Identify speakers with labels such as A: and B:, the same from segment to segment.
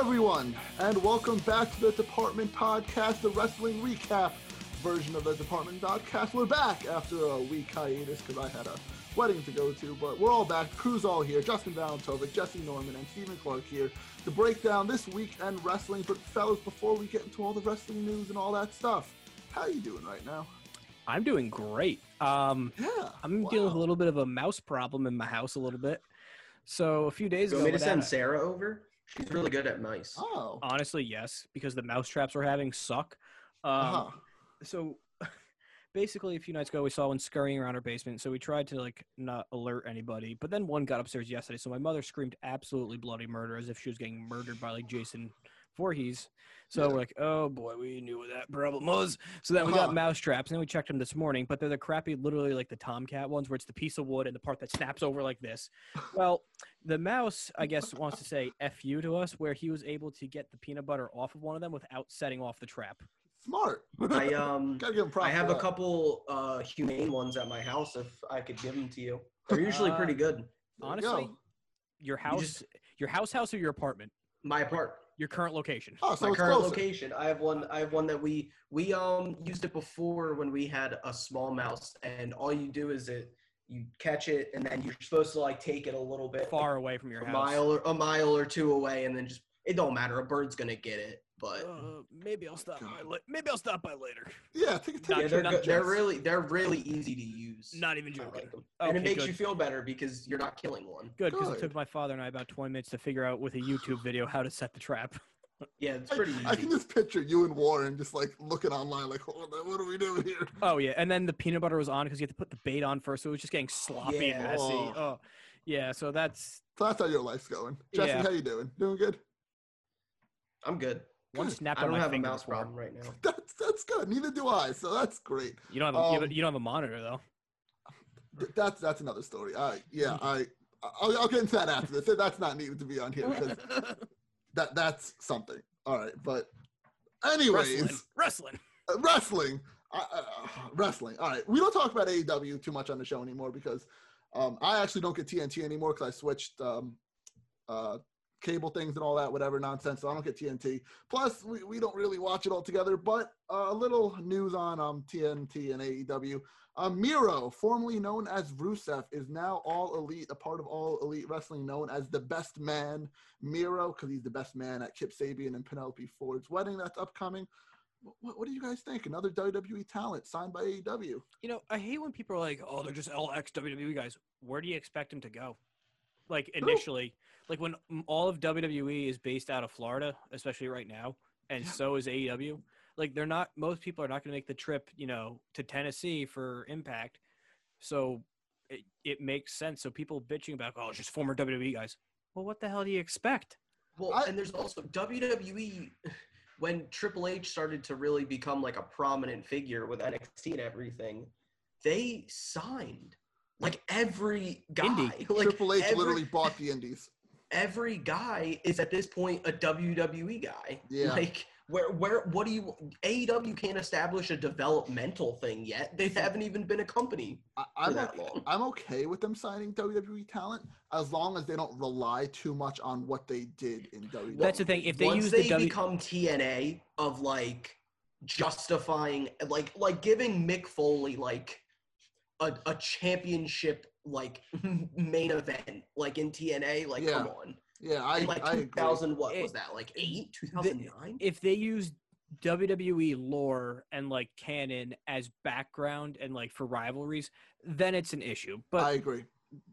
A: everyone, and welcome back to the Department Podcast, the wrestling recap version of the Department Podcast. We're back after a week hiatus because I had a wedding to go to, but we're all back. Crew's all here. Justin Valentovic, Jesse Norman, and Stephen Clark here to break down this weekend wrestling. But fellas, before we get into all the wrestling news and all that stuff, how you doing right now?
B: I'm doing great. Um,
A: Yeah,
B: I'm
A: wow.
B: dealing with a little bit of a mouse problem in my house a little bit. So a few days ago,
C: You want me to
B: without
C: send
B: a-
C: Sarah over? She's really good at mice.
A: Oh,
B: honestly, yes, because the mouse traps we're having suck. Um,
A: uh-huh.
B: So basically, a few nights ago, we saw one scurrying around our basement. So we tried to like not alert anybody, but then one got upstairs yesterday. So my mother screamed absolutely bloody murder as if she was getting murdered by like Jason Voorhees. So we're like, oh boy, we knew what that problem was. So then we
A: Huh.
B: got mouse traps, and then we checked them this morning. But they're the crappy, literally like the Tomcat ones, where it's the piece of wood and the part that snaps over like this. Well, the mouse, I guess, wants to say "f you" to us, where he was able to get the peanut butter off of one of them without setting off the trap.
A: smart.
C: I um,
A: Gotta give him props.
C: I have
A: for
C: a
A: that.
C: couple uh, humane ones at my house. If I could give them to you, they're usually
B: Uh,
C: pretty good.
A: There you
B: honestly,
A: go.
B: your house,
C: just-
B: your house, house, or your apartment,
C: My apart,
B: your current location.
A: Oh, so
C: my
A: it's
C: current
A: closer.
C: location. I have one. I have one that we we um used it before when we had a small mouse, and all you do is it you catch it, and then you're supposed to like take it a little bit
B: Far away from your
C: a
B: house.
C: mile or a mile or two away, and then just it don't matter. A bird's gonna get it, but.
B: Uh, maybe I'll stop by. La- maybe I'll stop by later.
A: Yeah, take a take
B: Not
C: Yeah,
A: a-
C: they're,
B: not
C: go- they're
B: just-
C: really they're really easy to use.
B: Not even
C: I like
B: joking.
C: them. and it
B: Okay,
C: makes
B: good.
C: you feel better because you're not killing one.
B: Good, because
A: Good.
B: it took my father and I about 20 minutes to figure out with a YouTube video how to set the trap.
C: Yeah, it's
A: I-
C: pretty
A: I, can
C: easy.
A: just picture you and Warren just like looking online, like, hold on, what are we doing here?
B: Oh yeah, and then the peanut butter was on because you had to put the bait on first, so it was just getting sloppy and
C: Yeah.
B: messy.
A: Oh.
B: Oh, yeah. So that's
A: So that's how your life's going. Jesse,
B: Yeah.
A: how you doing? Doing good?
C: I'm good.
B: one
A: Good.
B: snap
C: I
B: on
C: don't
B: my
C: have a
B: finger.
C: mouse
B: before.
C: problem right now.
A: That's that's good. Neither do I. So that's great.
B: You don't have a, you have
A: Um,
B: a, you don't have a monitor though.
A: Th- That's that's another story. I yeah, I I'll, I'll get into that after this. That's not needed to be on here because that that's something. All right, but anyways,
B: wrestling, wrestling.
A: uh, wrestling. I, uh, wrestling. All right. We don't talk about AEW too much on the show anymore because um, I actually don't get TNT anymore because I switched um, uh, cable things and all that, whatever nonsense. So I don't get TNT. Plus, we, we don't really watch it all together. But uh, a little news on um, TNT and AEW. Um, Miro, formerly known as Rusev, is now all elite, a part of all elite wrestling, known as the best man. Miro, because he's the best man at Kip Sabian and Penelope Ford's wedding that's upcoming. What, what do you guys think? Another WWE talent signed by E AEW.
B: You know, I hate when people are like, "Oh, they're just all ex WWE guys." Where do you expect them to go? Like initially, like when m- all of WWE is based out of Florida, especially right now, and
A: Yeah.
B: so is AEW. Like they're not. Most people are not going to make the trip, you know, to Tennessee for Impact. So it it makes sense. So people bitching about, "Oh, it's just former WWE guys." Well, what the hell do you expect?
C: Well,
A: I-
C: and there's also WWE when Triple H started to really become like a prominent figure with NXT and everything. They signed like every guy.
B: Indy.
C: Like,
A: Triple H
C: every-
A: literally bought the Indies.
C: every guy is at this point a WWE guy.
A: Yeah.
C: Like where where what do you AEW can't establish a developmental thing yet. They haven't even been a company
A: I,
C: for
A: I'm,
C: that
A: okay,
C: long.
A: I'm okay with them signing WWE talent as long as they don't rely too much on what they did in E. WWE.
B: That's the thing. If they
C: Once
B: use
C: they
B: the W,
C: become TNA of like justifying like like giving Mick Foley like a, a championship like main event like in TNA like
A: Yeah.
C: come on
A: yeah, I,
C: In, like
A: I agree.
C: 2000 what
B: It-
C: was that like 8 2009
B: if they use WWE lore and like canon as background and like for rivalries, then it's an issue. But
A: I agree.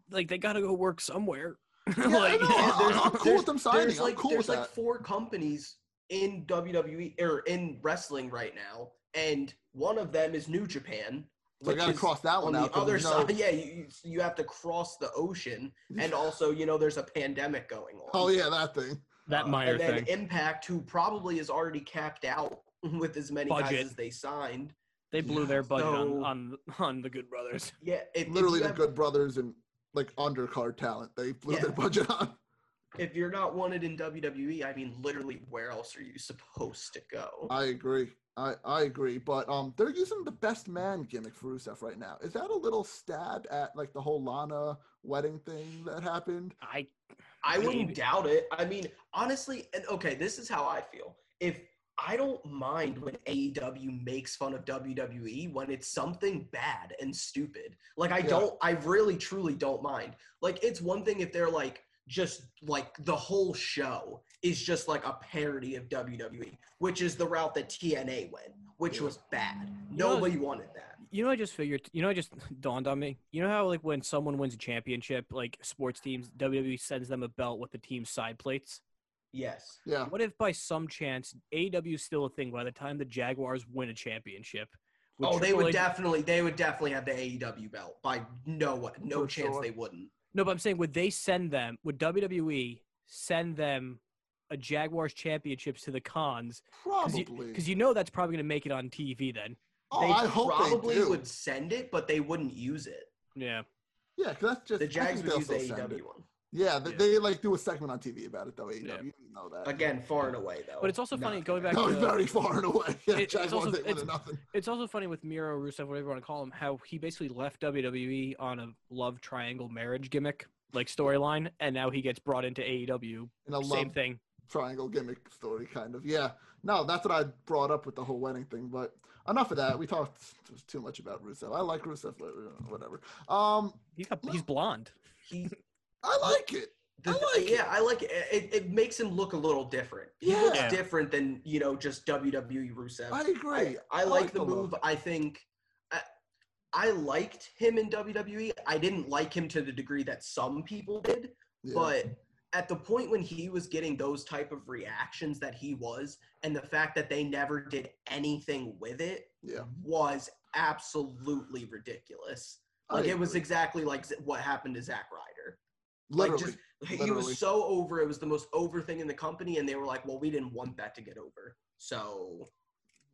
B: like they gotta go work somewhere.
A: Yeah, I know.
C: there's-
A: I'm- I'm cool
C: there's-
A: with them
C: there's
A: signing.
C: like
A: I'm cool with
C: there's like
A: that.
C: four companies in WWE or in wrestling right now, and one of them is New Japan.
A: So I
C: which
A: gotta
C: is
A: cross that
C: on
A: one out.
C: the
A: 'cause
C: other
A: we know-
C: side. Yeah, you, you- you have to cross the ocean, and also you know there's a pandemic going on.
A: Oh yeah, that thing.
B: that
C: Uh,
B: Meyer
C: and then
B: thing.
C: Impact, who probably is already capped out with as many
B: Budget.
C: guys as they signed.
B: They blew their budget on,
C: So-
B: on on the Good Brothers.
C: Yeah, if, if
A: Literally
C: you
A: the
C: have-
A: Good Brothers and like undercard talent. They blew
C: Yeah.
A: their budget on.
C: if E, you're not wanted in WWE, I mean, literally, where else are you supposed to go?
A: I agree. I, I agree, but um, they're using the best man gimmick for Rusev right now. Is that a little stab at like the whole Lana wedding thing that happened?
B: I
C: I
B: Maybe.
C: wouldn't doubt it. I mean, honestly, and okay, this is how I feel. If I don't mind when AEW makes fun of WWE when it's something bad and stupid. Like I
A: Yeah.
C: don't I really truly don't mind. Like it's one thing if they're like just like the whole show is just like a parody of WWE, which is the route that TNA went, which
A: Yeah.
C: was bad.
B: know-
C: Nobody wanted that.
B: You know, I just figured. You know, I just dawned on me. You know how like when someone wins a championship, like sports teams, WWE sends them a belt with the team's side plates.
C: Yes.
A: Yeah,
B: What if by some chance AEW is still a thing by the time the Jaguars win a championship? Would
C: oh, they
B: Triple
C: would
B: H
C: definitely they would definitely have the AEW belt by no no
A: For
C: chance
A: sure.
C: they wouldn't.
B: No, but I'm saying would they send them? Would WWE send them a Jaguars championships to the cons?
A: probably.
B: Because you know that's probably going to make it on TV then.
A: oh,
C: they
A: I hope
C: probably
A: they do.
C: would send it, but they wouldn't use it.
B: Yeah.
A: Yeah, because that's just
C: The
A: I
C: Jags
A: think
C: would
A: they'll
C: use E the
A: still send it.
C: AEW one.
A: Yeah, they,
B: E Yeah.
A: they like do a segment on TV about it though. AEW,
B: Yeah.
A: you know that.
C: Again, far and away though.
B: But it's also
C: Not
B: funny,
C: gonna
B: going back
C: happen.
A: that was
B: to-
A: very far and away. Yeah,
B: It- it's
A: Jaguars
B: also-
A: ain't winning
B: it's-
A: nothing.
B: It's also funny with Miro, Rusev, whatever you want to call him, how he basically left WWE on a love triangle marriage gimmick, like storyline, and now he gets brought into AEW.
A: And I
B: Same
A: love
B: thing.
A: triangle gimmick story, kind of. Yeah. No, that's what I brought up with the whole wedding thing. But enough of that. We talked too much about Rusev. I like Rusev, but, uh, whatever. Um,
B: He's got, he's blonde.
C: He,
A: I like it.
C: the,
A: I like
C: yeah, I like it. it. It makes him look a little different. He
A: Yeah.
C: looks different than you know just WWE Rusev.
A: I agree.
C: I, like,
A: like
C: the
A: the look.
C: move. I think I, I liked him in WWE. I didn't like him to the degree that some people did.
A: Yeah.
C: but at the point when he was getting those type of reactions that he was and the fact that they never did anything with it
A: yeah,
C: was absolutely ridiculous
A: I
C: like it was
A: agree.
C: exactly like z- what happened to Zack Ryder
A: literally.
C: like just he
A: Literally.
C: was so over it was the most over thing in the company and they were like well we didn't want that to get over so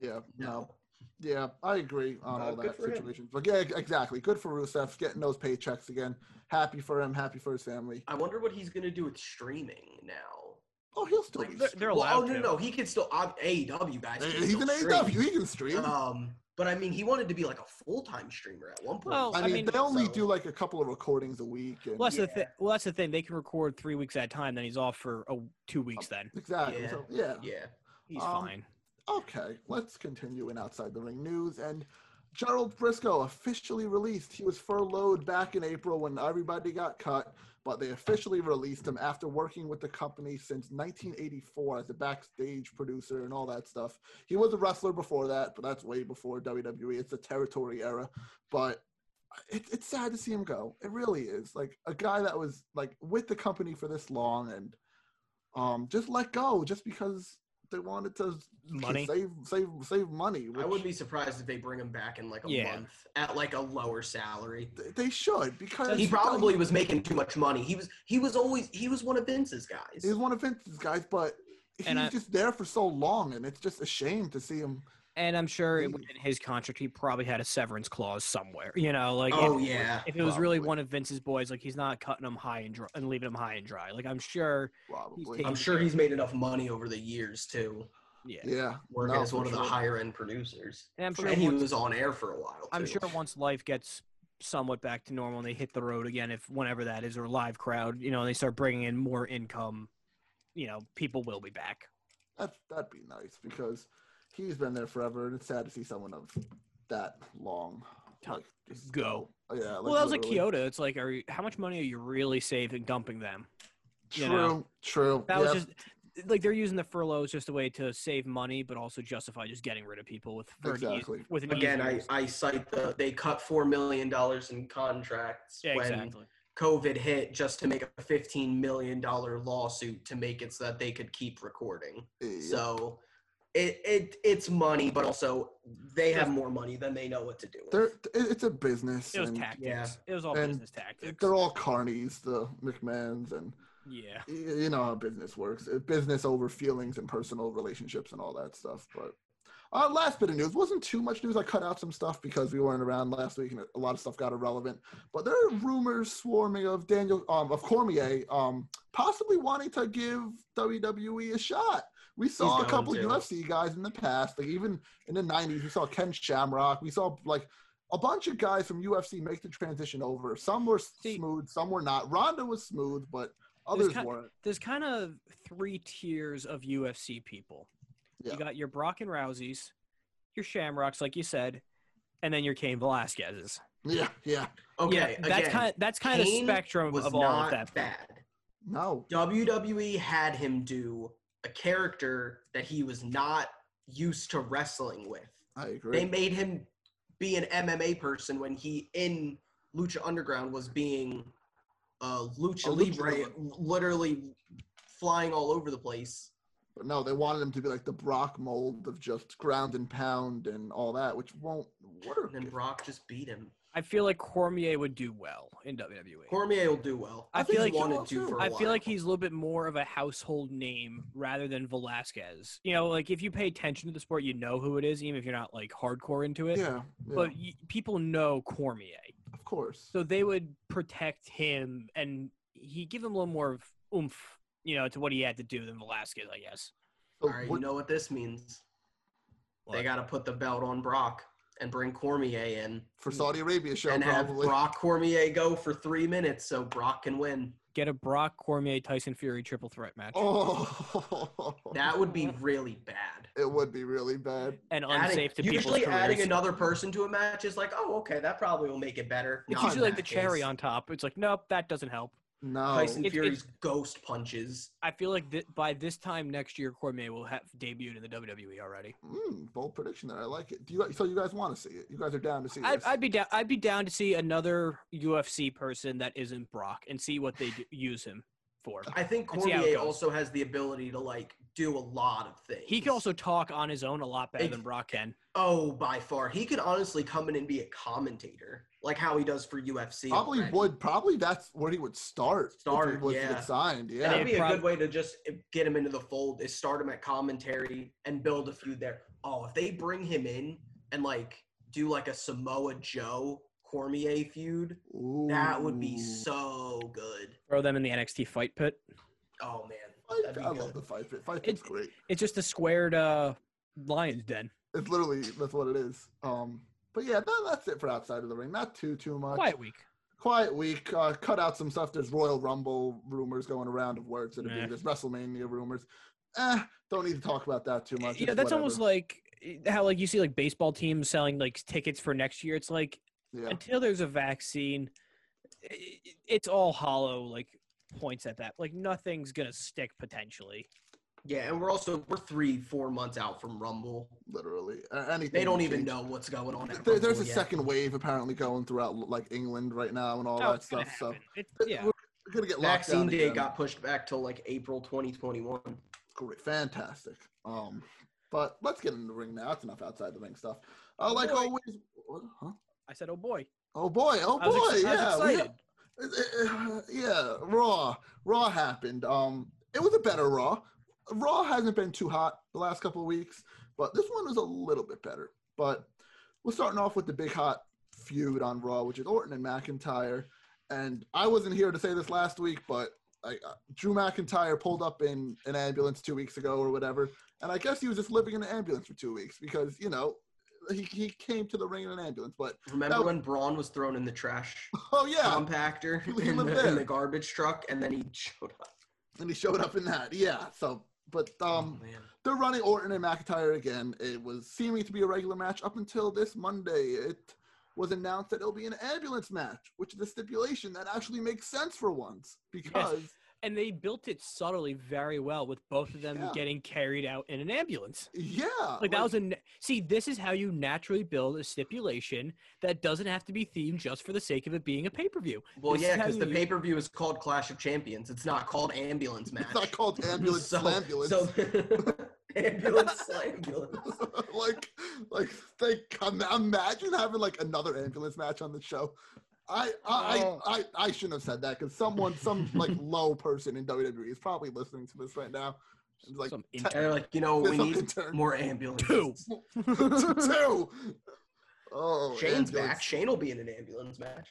A: yeah,
C: no,
A: no, Yeah, I agree on
C: Uh,
A: all
C: good
A: that
C: for him.
A: situation. But yeah, exactly. Good for Rusev getting those paychecks again. Happy for him. Happy for his family.
C: i wonder what he's going to do with streaming now
A: Oh, he'll still.
C: Like,
A: be
B: They're, they're
C: Well,
B: allowed
C: oh no
B: to.
C: no no, he can still uh, AEW guys
A: Hey,
C: can
A: He's
C: still
A: an E
C: stream.
A: AEW. He can stream.
C: Um, but I mean, he wanted to be like a full time streamer at one point.
B: Well,
A: I,
B: I
A: mean,
B: mean,
A: they only
C: so-
A: do like a couple of recordings a week. And,
B: Well, that's the
C: Yeah.
B: thing. Well, that's the thing. They can record three weeks at a time. Then he's off for a, two weeks. Then
A: exactly.
C: Yeah.
A: So, yeah.
C: yeah,
B: he's
A: Um,
B: fine.
A: Okay. Let's continue in outside the ring news and. Gerald Briscoe officially released. He was furloughed back in April when everybody got cut, but they officially released him after working with the company since 1984 as a backstage producer and all that stuff. He was a wrestler before that, but that's way before WWE. It's the territory era. But it, it's sad to see him go. It really is. Like a guy that was like with the company for this long and um just let go just because they wanted to
B: Money.
A: save save save money.
C: I
A: which-
C: would be surprised if they bring him back in like a
B: Yeah.
C: month at like a lower salary.
A: Th- They should because
C: He probably was making too much money. He was he was always he was one of Vince's guys.
A: he's one of Vince's guys, but he's
B: And I-
A: just there for so long, and it's just a shame to see him.
B: And I'm sure
A: Leave.
B: in his contract, he probably had a severance clause somewhere. You know, like
C: oh
B: if,
C: yeah,
B: if it was really
A: probably.
B: one of Vince's boys, like he's not cutting him high and dry and leaving him high and dry. Like I'm sure.
A: Probably,
B: taking-
C: I'm sure he's made enough money over the years too,
B: Yeah.
A: yeah,
C: working
A: No,
C: as one
A: for
C: of the
A: sure.
C: higher end producers.
B: And I'm sure
C: and he
B: once-
C: was on air for a while.
B: I'm
C: too.
B: sure once life gets somewhat back to normal and they hit the road again, if whenever that is, or live crowd, you know, and they start bringing in more income, you know, people will be back.
A: That that'd be nice because he's been there forever, and it's sad to see someone of that long.
B: Time
A: just
B: go.
A: go. Yeah,
B: well, that was like
A: literally.
B: Kyoto. It's like, are you, how much money are you really saving dumping them?
A: True,
B: you know.
A: true.
B: That
A: Yep.
B: was just like they're using the furloughs just a way to save money, but also justify just getting rid of people with for an eas-
A: Exactly.
B: with an
C: Again,
B: easier-
C: I, I cite the they cut four million dollars in contracts
B: yeah,
C: when
B: exactly.
C: COVID hit just to make a $15 million lawsuit to make it so that they could keep recording.
A: Yep.
C: So it, it it's money, but also they have more money than they know what to do with.
A: They're- it- it's a business.
B: It was
A: and
B: tactics.
C: yeah.
B: It was all
A: And
B: business tactics.
A: They're all carnies, the McMahons, and
B: yeah.
A: y- you know how business works Uh, business over feelings and personal relationships and all that stuff but uh, last bit of news wasn't too much news i cut out some stuff because we weren't around last week and a lot of stuff got irrelevant but there are rumors swarming of daniel um, of cormier um, possibly wanting to give wwe a shot We saw a
C: going
A: couple
C: to.
A: UFC guys in the past, like even in the '90s, we saw Ken Shamrock. We saw like a bunch of guys from UFC make the transition over. Some were
B: See-
A: smooth, some were not. Ronda was smooth, but others
B: kind-
A: weren't.
B: There's kind of three tiers of UFC people.
A: Yeah.
B: You got your Brock and Rouseys, your Shamrocks, like you said, and then your Cain Velasquez's.
A: Yeah, yeah.
C: Okay,
B: yeah, that's
C: again,
B: kind of, that's kind of
C: Cain
B: spectrum
C: was
B: of all
C: not
B: of that.
C: bad.
A: No,
C: WWE had him do a character that he was not used to wrestling with.
A: I agree.
C: They made him be an MMA person when he in Lucha Underground was being uh, Lucha,
A: A Lucha
C: Libre,
A: Libre.
C: literally flying all over the place.
A: But no, they wanted him to be like the Brock mold of just ground and pound and all that, which won't work.
C: And then Brock just beat him.
B: I feel like Cormier would do well in E. WWE.
C: Cormier will do well.
B: I feel
C: think he
A: like-
C: wanted to for a
B: I
C: while.
B: feel like he's a little bit more of a household name rather than Velasquez. You know, like if you pay attention to the sport, you know who it is, even if you're not like hardcore into
A: yeah,
B: it.
A: yeah,
B: But y- people know Cormier,
A: of course.
B: so they would protect him, and he give him a little more of oomph, you know, to what he had to do than Velasquez, I guess.
A: So
C: All right,
A: what-
C: you know what this means. They
B: What?
C: got to put the belt on Brock and bring Cormier in
A: for Saudi Arabia show
C: and have
A: probably.
C: Brock Cormier go for three minutes so Brock can win.
B: Get a Brock Cormier Tyson Fury triple threat match,
A: oh,
C: That would be really bad.
A: it would be really bad.
B: and
C: Adding-
B: unsafe to people's
C: usually adding
B: careers.
C: another person to a match is like, oh, okay, that probably will make it better.
B: it's
C: Not in
B: usually like the
C: that
B: cherry
C: case.
B: on top. It's like, nope, that doesn't help.
A: No,
C: Tyson
B: It's-
C: Fury's ghost punches.
B: I feel like th- by this time next year, Cormier will have debuted in the WWE already.
A: mm, bold prediction there. I like it. Do you? So you guys want to see it? You guys are down to see
B: I,
A: this?
B: I'd be down. I'd be down to see another UFC person that isn't Brock and see what they do, use him for.
C: I think
B: Let's see how it
C: Cormier
B: goes.
C: also has the ability to like do a lot of things.
B: He can also talk on his own a lot better
C: Ex-
B: than Brock can.
C: Oh, by far. He could honestly come in and be a commentator, like how he does for UFC.
A: probably
C: already.
A: would. Probably that's where he would start. if he
C: Start,
A: was to get
C: yeah.
A: signed.
C: And
A: Yeah,
C: that'd
B: They'd
C: be a
B: prob-
C: good way to just eh, get him into the fold is start him at commentary and build a feud there. Oh, if they bring him in and like do like a Samoa Joe Cormier feud, that would be
A: Ooh.
C: so good.
B: Throw them in the NXT fight pit.
C: Oh man.
A: I,
C: that'd be
A: I love
C: good.
A: the fight pit. Fight
B: It-
A: pit's great.
B: It's just a squared uh, lion's den.
A: It's literally that's what it is. Um, but yeah, that, that's it for outside of the ring. Not too too much.
B: Quiet week.
A: Quiet week. Uh, cut out some stuff. There's Royal Rumble rumors going around of words that
B: Nah.
A: There's WrestleMania rumors. Eh, don't need to talk about that too much.
B: You know,
A: It's
B: that's
A: whatever.
B: almost like eh, how like you see like baseball teams selling like tickets for next year. It's like
A: yeah.
B: until there's a vaccine, i- i- it's all hollow. Like points at that. Like nothing's gonna stick potentially.
C: Yeah, and we're also we're three, four months out from Rumble.
A: literally A- anything.
C: They don't
A: can
C: even
A: change.
C: know what's going on. At
A: There, there's
C: Rumble
A: a
C: yet.
A: second wave apparently going throughout like England right now and all
B: Oh,
A: that
B: it's gonna
A: stuff. So
B: happen. It's-
A: Th-
B: yeah.
A: we're gonna get locked
C: Vaccine
A: down
C: day
A: again.
C: got pushed back till like April 2021.
A: Great, fantastic. Um, but let's get in the ring now. That's enough outside the ring stuff. Uh, like
B: Oh, Boy.
A: always. what? Huh?
B: I said, "Oh boy!"
A: Oh boy! Oh
B: I was,
A: boy!
B: ex- I was
A: yeah, we
B: excited.
A: Uh, yeah, Raw. Raw happened. Um, it was a better Raw. Raw hasn't been too hot the last couple of weeks, but this one was a little bit better. But we're starting off with the big hot feud on Raw, which is Orton and McIntyre. And I wasn't here to say this last week, but I, uh, Drew McIntyre pulled up in an ambulance two weeks ago or whatever, and I guess he was just living in an ambulance for two weeks because you know he he came to the ring in an ambulance. But
C: Remember
A: No.
C: when Braun was thrown in the trash?
A: oh yeah,
C: compactor
A: He
C: in
A: lived
C: the, in
A: there.
C: the garbage truck, and then he showed up.
A: and he showed up in that. Yeah. So, but um,
C: oh, man.
A: they're running Orton and McIntyre again. It was seeming to be a regular match up until this Monday. It was announced that it'll be an ambulance match, which is a stipulation that actually makes sense for once because
B: And they built it subtly, very well, with both of them
A: Yeah.
B: getting carried out in an ambulance.
A: yeah,
B: Like that was a na- see. This is how you naturally build a stipulation that doesn't have to be themed just for the sake of it being a pay per view.
C: Well,
B: This
C: yeah,
B: is how
C: because the
B: you-
C: pay per view is called Clash of Champions. It's not called Ambulance Match.
A: it's not called ambulance
C: So-
A: ambulance.
C: So ambulance, ambulance.
A: like, like, they come, imagine having like another ambulance match on the show. I I,
B: Oh.
A: I, I I shouldn't have said that because someone, some like low person in WWE is probably listening to this right now. It's like
B: Some
A: te-
B: intern.
C: And they're like, you know,
A: there's
C: we
A: some
C: need
A: intern.
C: more ambulance.
B: Two.
A: two. Oh,
C: Shane's
A: ambulance.
C: back. Shane will be in an ambulance match.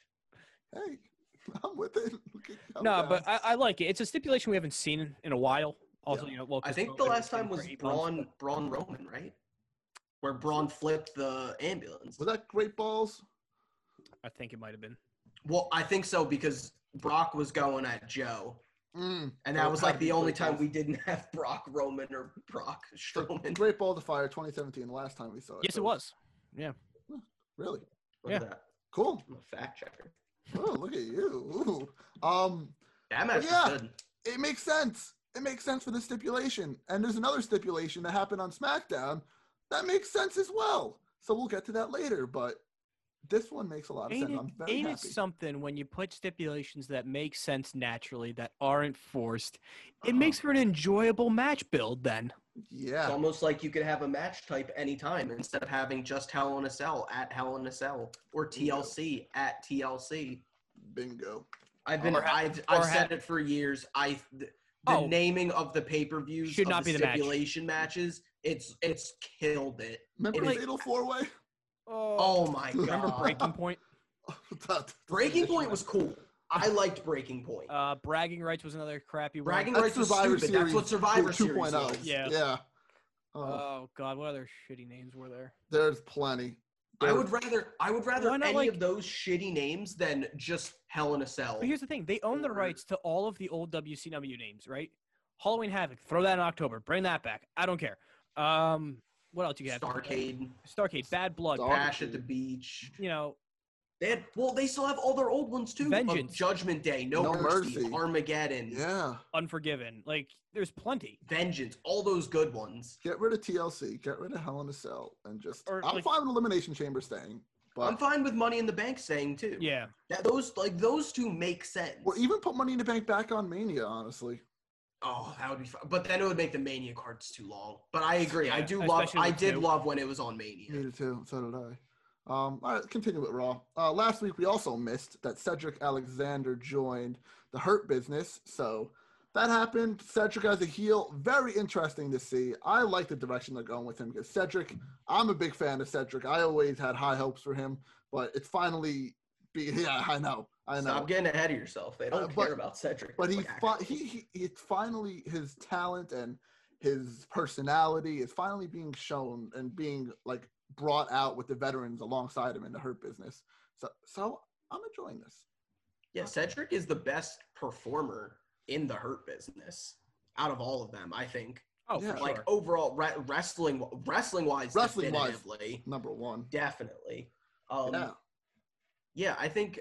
A: Hey, I'm with it. oh,
B: no, but I, I like it. It's a stipulation we haven't seen in a while. Also, you know, well,
C: I
B: 'cause
C: think
B: Roman
C: the last
B: in
C: time
B: for
C: was
B: eight months.
C: Braun Braun Roman, right? Where Braun flipped the ambulance.
A: Was that Great Balls?
B: I think it might have been.
C: Well, I think so because Brock was going at Joe,
A: Mm.
C: and
A: Oh,
C: that was
A: gotta
C: like
A: be
C: the only
A: Great
C: time
A: Balls.
C: we didn't have Brock Roman or Brock Strowman.
A: Great Balls of Fire 2017, the last time we saw it.
B: Yes,
A: So
B: it was.
A: Really?
C: Look
B: Yeah.
C: at that.
A: Cool.
C: I'm a fact checker.
A: Oh, look at you. Ooh. Um,
C: That match
A: yeah.
C: was good.
A: it makes sense. It makes sense for the stipulation. And there's another stipulation that happened on SmackDown that makes sense as well. So we'll get to that later, but this one makes a lot of
B: Ain't
A: sense.
B: it,
A: I'm very
B: ain't
A: happy.
B: it something when you put stipulations that make sense naturally that aren't forced? It
C: Uh-huh.
B: makes for an enjoyable match build. Then
C: It's
A: yeah.
C: almost like you could have a match type anytime instead of having just Hell in a Cell at Hell in a Cell or TLC at TLC.
A: Bingo.
C: I've been
B: Or ha-
C: I've
B: or
C: I've
B: ha-
C: said it for years. I the
B: Oh.
C: naming of the pay per views
B: Should
C: of
B: not
C: the
B: be the match.
C: stipulation matches. It's it's killed it.
A: Remember
C: Like-
A: Fatal Four Way?
C: Oh my god!
A: Remember
B: breaking point.
C: Breaking Point was cool. I liked Breaking Point.
B: Uh, bragging rights was another crappy. one.
C: Bragging
A: That's
C: Rights was
A: Survivor
C: stupid. That's what Survivor Series
A: 2.0.
C: was.
B: Yeah.
A: Yeah. Oh,
B: Oh god, what other shitty names were there?
A: there's plenty.
C: I would rather I would rather
B: Why not,
C: any
B: like-
C: of those shitty names than just Hell in a Cell.
B: But here's the thing: they own the
C: Or-
B: rights to all of the old WCW names, right? Halloween Havoc, throw that in October, bring that back. I don't care. Um, what else you got?
C: Starcade,
B: Starcade, Bad Blood,
A: Star-
C: Bash at the Beach.
B: you know,
C: They had well, they still have all their old ones too. Of
B: Vengeance.
C: Judgment Day, No,
A: No
C: Mercy,
A: Mercy.
C: Armageddon,
A: Yeah.
B: Unforgiven. Like, there's plenty.
C: Vengeance, all those good ones.
A: Get rid of TLC. Get rid of Hell in a Cell, and just
B: Or,
A: I'm
B: like-
A: fine with Elimination Chamber staying,
C: I'm
A: but
C: fine with Money in the Bank saying too.
B: Yeah.
C: That those like those two make sense.
A: or even put Money in the Bank back on Mania. Honestly,
C: oh, that would be fun. But then it would make the Mania cards too long. But I agree. I
B: Yeah,
C: do love
B: especially
C: I
B: with
C: did
B: two.
C: love when it was on Mania.
A: Me too. So did I. Um, all right, continue with Raw. Uh, last week we also missed that Cedric Alexander joined the Hurt Business, so that happened. Cedric as a heel, very interesting to see. I like the direction they're going with him because Cedric. I'm a big fan of Cedric. I always had high hopes for him, but it's finally be. Yeah, I know. I know.
C: Stop getting ahead of yourself. They don't
A: Uh,
C: care
A: but-
C: about Cedric.
A: But he,
C: Black.
A: fi- he, he, it's finally his talent and his personality is finally being shown and being like brought out with the veterans alongside him in the hurt business. So, so I'm enjoying this.
C: Yeah, Cedric is the best performer in the hurt business out of all of them, I think.
B: Oh,
A: Yeah.
B: for
C: Like
B: sure.
C: overall re- wrestling wrestling wise
A: Wrestling-wise.
C: definitively.
A: Number one.
C: Definitely. Um
A: yeah.
C: yeah. I think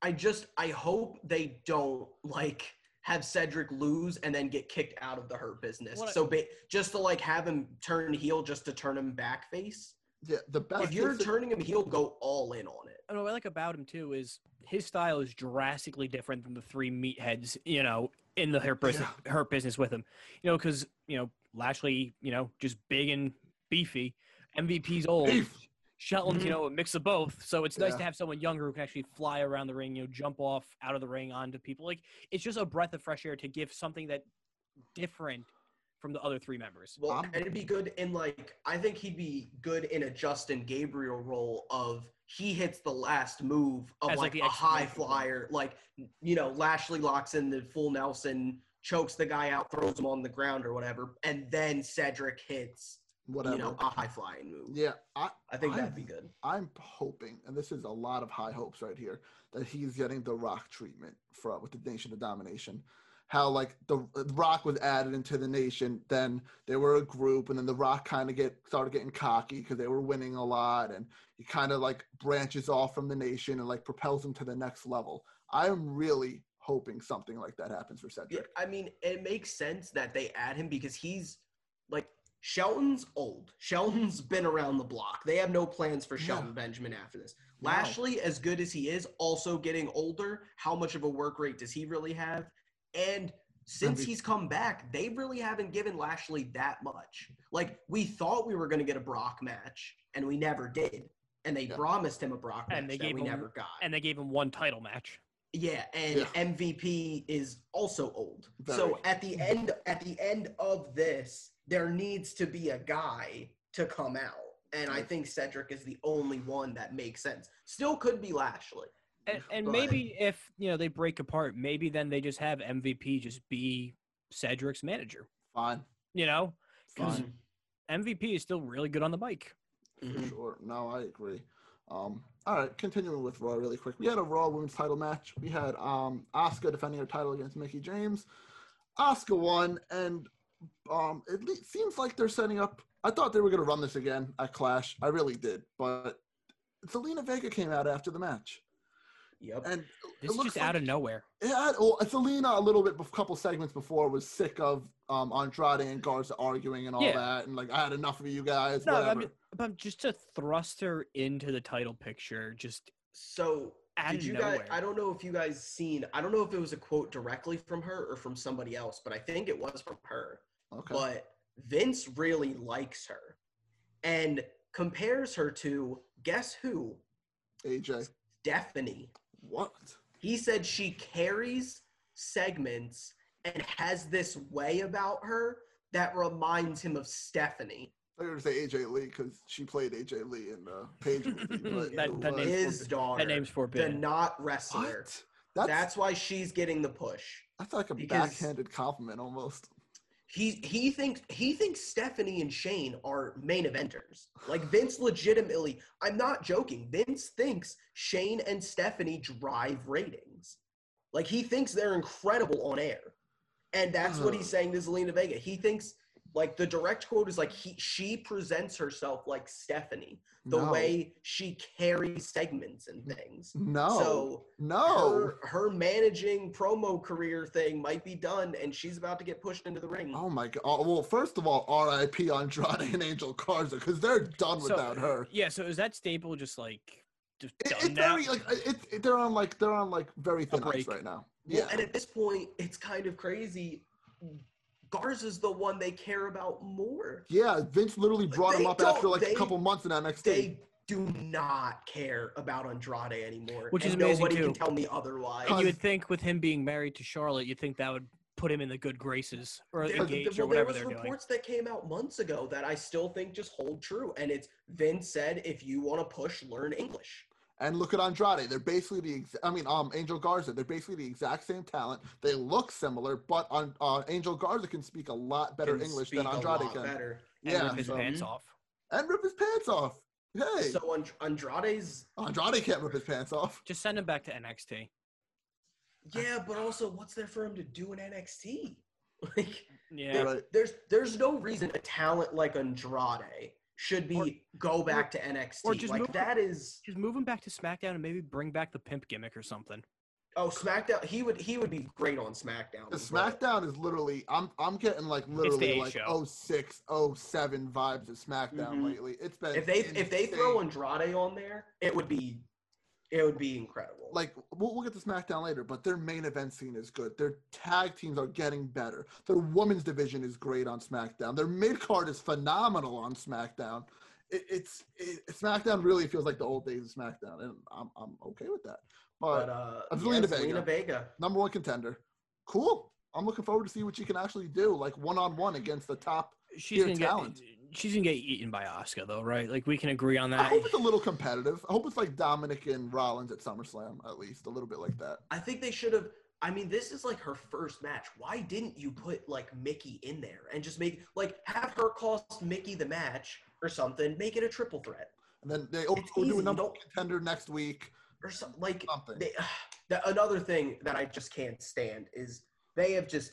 C: I just I hope they don't like have Cedric lose and then get kicked out of the hurt business.
B: What I-
C: so ba- just to like have him turn heel just to turn him back face.
A: Yeah. The best.
C: If you're
A: thing-
C: turning him heel, go all in on it.
B: And what I like about him, too, is his style is drastically different than the three meatheads, you know, in the hurt business, hurt business with him. You know, because, you know, Lashley, you know, just big and beefy. MVP's old.
A: Beef. Mm-hmm.
B: Shelton's, you
C: Mhm.
B: know, a mix of both. So it's nice
A: Yeah.
B: to have someone younger who can actually fly around the ring, you know, jump off out of the ring onto people. Like it's just a breath of fresh air to give something that different from the other three members.
C: Well,
A: I'm-
C: and it'd be good in like I think he'd be good in a Justin Gabriel role of he hits the last move of
B: As, like,
C: like,
B: the
C: a high
B: exclamation point.
C: flyer, like you know Lashley locks in the full Nelson, chokes the guy out, throws him on the ground or whatever, and then Cedric hits
A: Whatever.
C: you know a high flying move.
A: yeah. I,
C: I think
A: I-
C: that'd be good.
A: I'm hoping, and this is a lot of high hopes right here, that he's getting the Rock treatment from with the Nation of Domination. How like the the Rock was added into the Nation, then they were a group, and then the Rock kind of get started getting cocky because they were winning a lot, and he kind of like branches off from the Nation and like propels him to the next level. I am really hoping something like that happens for
C: Yeah,
A: Cedric.
C: I mean it makes sense that they add him because he's like Shelton's old. Shelton's been around the block. They have no plans for
A: Yeah.
C: Shelton Benjamin after this.
A: No.
C: Lashley, as good as he is, also getting older. How much of a work rate does he really have? And since
A: Every-
C: he's come back, they really haven't given Lashley that much. Like we thought we were going to get a Brock match, and we never did. And they
A: Yeah.
C: promised him a Brock match
B: And they
C: that
B: gave
C: we
B: him-
C: never got.
B: And they gave him one title match.
C: Yeah, and
A: Yeah.
C: MVP is also old.
A: Very.
C: So at the end at the end of this, there needs to be a guy to come out. And I
A: Right.
C: think Cedric is the only one that makes sense. Still could be Lashley.
B: And, and
C: Right.
B: maybe if you know they break apart, maybe then they just have MVP just be Cedric's manager.
A: Fine.
B: You know, 'Cause-
A: Fine.
B: MVP is still really good on the bike.
A: For
B: Mm-hmm.
A: sure. No, I agree. Um, all right, continuing with Raw really quick. We had a Raw women's title match. We had um Asuka defending her title against Mickey James. Asuka won, and um, it le- seems like they're setting up. I thought they were going to run this again at Clash. I really did, but Selena Vega came out after the match,
C: Yep.
A: and
B: This is
A: looks
B: just out
A: like-
B: of nowhere.
A: it had, well, Selena a little bit, a couple segments before was sick of um Andrade and Garza arguing and all
B: Yeah.
A: that, and like I had enough of you guys.
B: No, I
A: whatever.
B: mean- But just to thrust her into the title picture, just
C: So
B: Out
C: did
B: of
C: you guys?
B: nowhere.
C: I don't know if you guys seen. I don't know if it was a quote directly from her or from somebody else, but I think it was from her.
A: okay.
C: But Vince really likes her, and compares her to guess who?
A: AJ,
C: Stephanie.
A: what?
C: He said she carries segments and has this way about her that reminds him of Stephanie.
A: I was gonna say AJ Lee because she played AJ Lee in uh, Page.
B: That- that name's
C: His daughter,
B: that name's
C: the
B: forbidden.
C: not wrestler.
A: what? That's that's,
C: That's why she's getting the push.
A: like a
C: because-
A: backhanded compliment almost.
C: he he thinks he thinks Stephanie and Shane are main eventers. Like Vince legitimately, I'm not joking. Vince thinks Shane and Stephanie drive ratings. Like he thinks they're incredible on air. And that's what he's
A: Ugh.
C: saying to Zelina Vega. He thinks like the direct quote is like he she presents herself like Stephanie, the
A: no.
C: way she carries segments and things.
A: No.
C: So
A: no.
C: her, her managing promo career thing might be done and she's about to get pushed into the ring.
A: Oh my god. Oh, well, first of all, R.I.P. Andrade and Angel Garza because they're done
B: So-
A: without her.
B: Yeah, so is that staple just like just
A: It,
B: done
A: it's
B: now?
A: very like it, it- They're on like they're on like very thin ice
B: break.
A: right now.
C: Well,
A: Yeah.
C: and at this point, it's kind of crazy. Garza's the one they care about more.
A: yeah. Vince literally brought him
C: They
A: up after
C: don't-
A: like
C: they-
A: a couple months in NXT.
C: They do not care about Andrade anymore.
B: Which
C: and
B: is amazing,
C: nobody
B: too.
C: can tell me otherwise.
B: and you
A: Cause-
B: would think with him being married to Charlotte, you'd think that would put him in the good graces or
C: There-
B: engaged
C: well,
B: or whatever
C: there
B: they're
C: was
B: doing.
C: reports that came out months ago that I still think just hold true. And it's Vince said, if you want to push, learn English.
A: And look at Andrade. They're basically the ex- I mean, um, Angel Garza. They're basically the exact same talent. They look similar, but on uh, Angel Garza can speak a lot better
C: Can
A: English
C: speak
A: than
C: a
A: Andrade
C: lot
A: can,
C: Better.
B: And
A: Yeah, Um,
B: rip his
A: so-
B: pants off.
A: and rip his pants off. Hey,
C: So And- Andrade's
A: Andrade can't rip his pants off.
B: Just send him back to NXT.
C: yeah, but also what's there for him to do in NXT? Like
B: Yeah.
A: Right.
C: there's there's no reason a talent like Andrade should be go back to NXT.
B: or just
C: like
B: move-
C: that is
B: Just move him back to SmackDown and maybe bring back the pimp gimmick or something.
C: oh SmackDown. He would he would be great on SmackDown.
A: The
C: as well.
A: SmackDown is literally. I'm I'm getting like
B: the
A: literally
B: A
A: like
B: show.
A: oh six oh seven vibes of SmackDown
C: Mhm.
A: lately. It's been
C: If they if they throw
A: insane.
C: Andrade on there, it would be it would be incredible.
A: like we'll, we'll get to SmackDown later, but their main event scene is good. Their tag teams are getting better. Their women's division is great on SmackDown. Their mid card is phenomenal on SmackDown. It, it's it, SmackDown really feels like the old days of SmackDown, and I'm I'm okay with that. But,
C: but uh,
A: uh, Zelina Vega.
C: Zelina Vega.
A: number one contender, cool. I'm looking forward to see what she can actually do, like one on one against the top.
B: She's
A: Pure
B: gonna
A: talent.
B: get she's gonna get eaten by Oscar though, right? Like we can agree on
A: I
B: that.
A: hope it's a little competitive. I hope it's like Dominic and Rollins at SummerSlam, at least a little bit like that.
C: I think they should have. I mean, this is like her first match. Why didn't you put like Mickey in there and just make like have her cost Mickey the match or something? Make it a triple threat
A: And then they oh,
C: It's
A: we'll
C: easy,
A: do a
C: you
A: number
C: don't-
A: one contender next week.
C: or something. Like
A: Something.
C: they, that, another thing that I just can't stand is they have just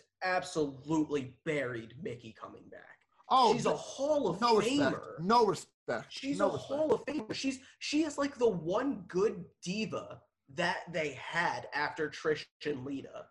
C: absolutely buried Mickey coming back.
A: oh,
C: She's a Hall of
A: no
C: Famer.
A: respect. No respect.
C: She's
A: no
C: a
A: respect.
C: Hall of Famer. She's she is like the one good diva that they had after Trish and Lita.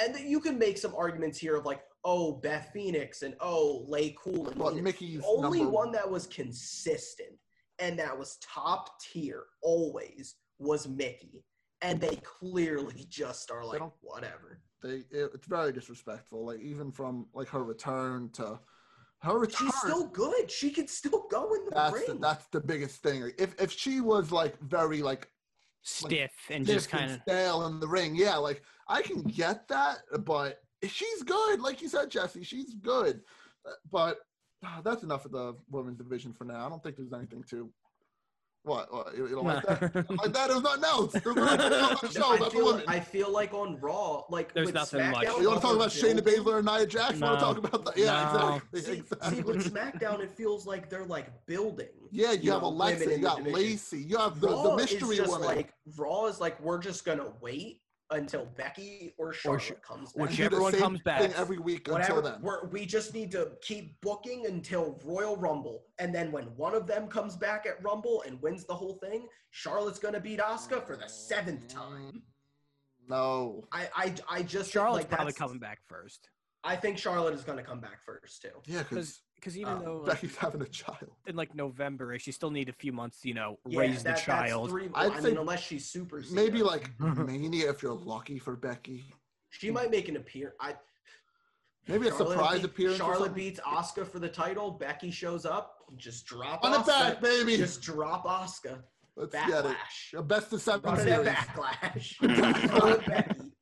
C: And that you can make some arguments here of like, oh, Beth Phoenix and oh, Lay Cool and
A: But
C: Lita.
A: Mickey's
C: The only
A: number
C: one that was consistent and that was top tier always was Mickey. And they clearly just are like,
A: don't-
C: whatever.
A: They, it- it's very disrespectful. Like even from like her return to her return.
C: She's still good. She can still go in the
A: that's the,
C: ring.
A: that's the biggest thing. Like, If if she was like very like
B: Stiff and
A: stiff
B: just kind
A: and
B: of
A: stale in the ring, yeah, like I can get that, but she's good. Like you said, Jesse, she's good. Uh, But ah, that's enough of the women's division for now. I don't think there's anything to. What? what you don't like that? like that is not notes. There's not notes on the show.
C: I,
A: That's a
C: feel,
A: woman.
C: I feel like on Raw, like
B: There's
C: with
B: nothing much.
C: SmackDown,
A: You want to talk about Shayna
C: it feels-
A: Baszler and Nia Jax? Want
B: No.
A: to talk about that? Yeah,
B: No.
A: exactly.
C: See,
A: exactly.
C: see, with SmackDown, it feels like they're like building.
A: yeah, you,
C: you
A: have
C: know,
A: Alexa,
C: women
A: you
C: in the
A: got
C: division.
A: Lacey, you have the,
C: Raw
A: the mystery
C: is just
A: woman.
C: like Raw is like we're just gonna wait until Becky or Charlotte
B: Sh-
C: comes
B: or
A: And
C: back.
A: do
B: Sh-
A: the
B: Everyone
A: same
B: comes back.
A: thing every week
C: Whatever.
A: until then.
C: We're, we just need to keep booking until Royal Rumble, and then when one of them comes back at Rumble and wins the whole thing, Charlotte's gonna beat Asuka for the
A: Mm.
C: seventh time.
A: No.
C: I I, I just
B: Charlotte's
C: like,
B: probably
C: that's-
B: coming back first.
C: I think Charlotte is gonna come back first too.
A: Yeah, because
B: Because even
C: Um,
B: though like,
A: Becky's having a child.
B: in like November, if she still need a few months, to, you know,
C: Yeah,
B: raise
C: that-
B: the
C: that's
B: child.
C: Three,
A: I'd
C: I mean,
A: say
C: unless she's super.
A: Maybe
C: Cena.
A: like Mania if you're lucky for Becky.
C: she might make an appear. I,
A: Maybe a
C: Charlotte
A: surprise
C: beat-
A: appearance. or
C: Charlotte
A: something.
C: beats Oscar for the title. Becky shows up. Just drop
A: on it
C: Asuka.
A: back, baby.
C: Just drop Oscar.
A: Let's get it.
C: Backlash.
A: A best of seven
C: Run
A: series.
C: it at backlash. Call it Becky.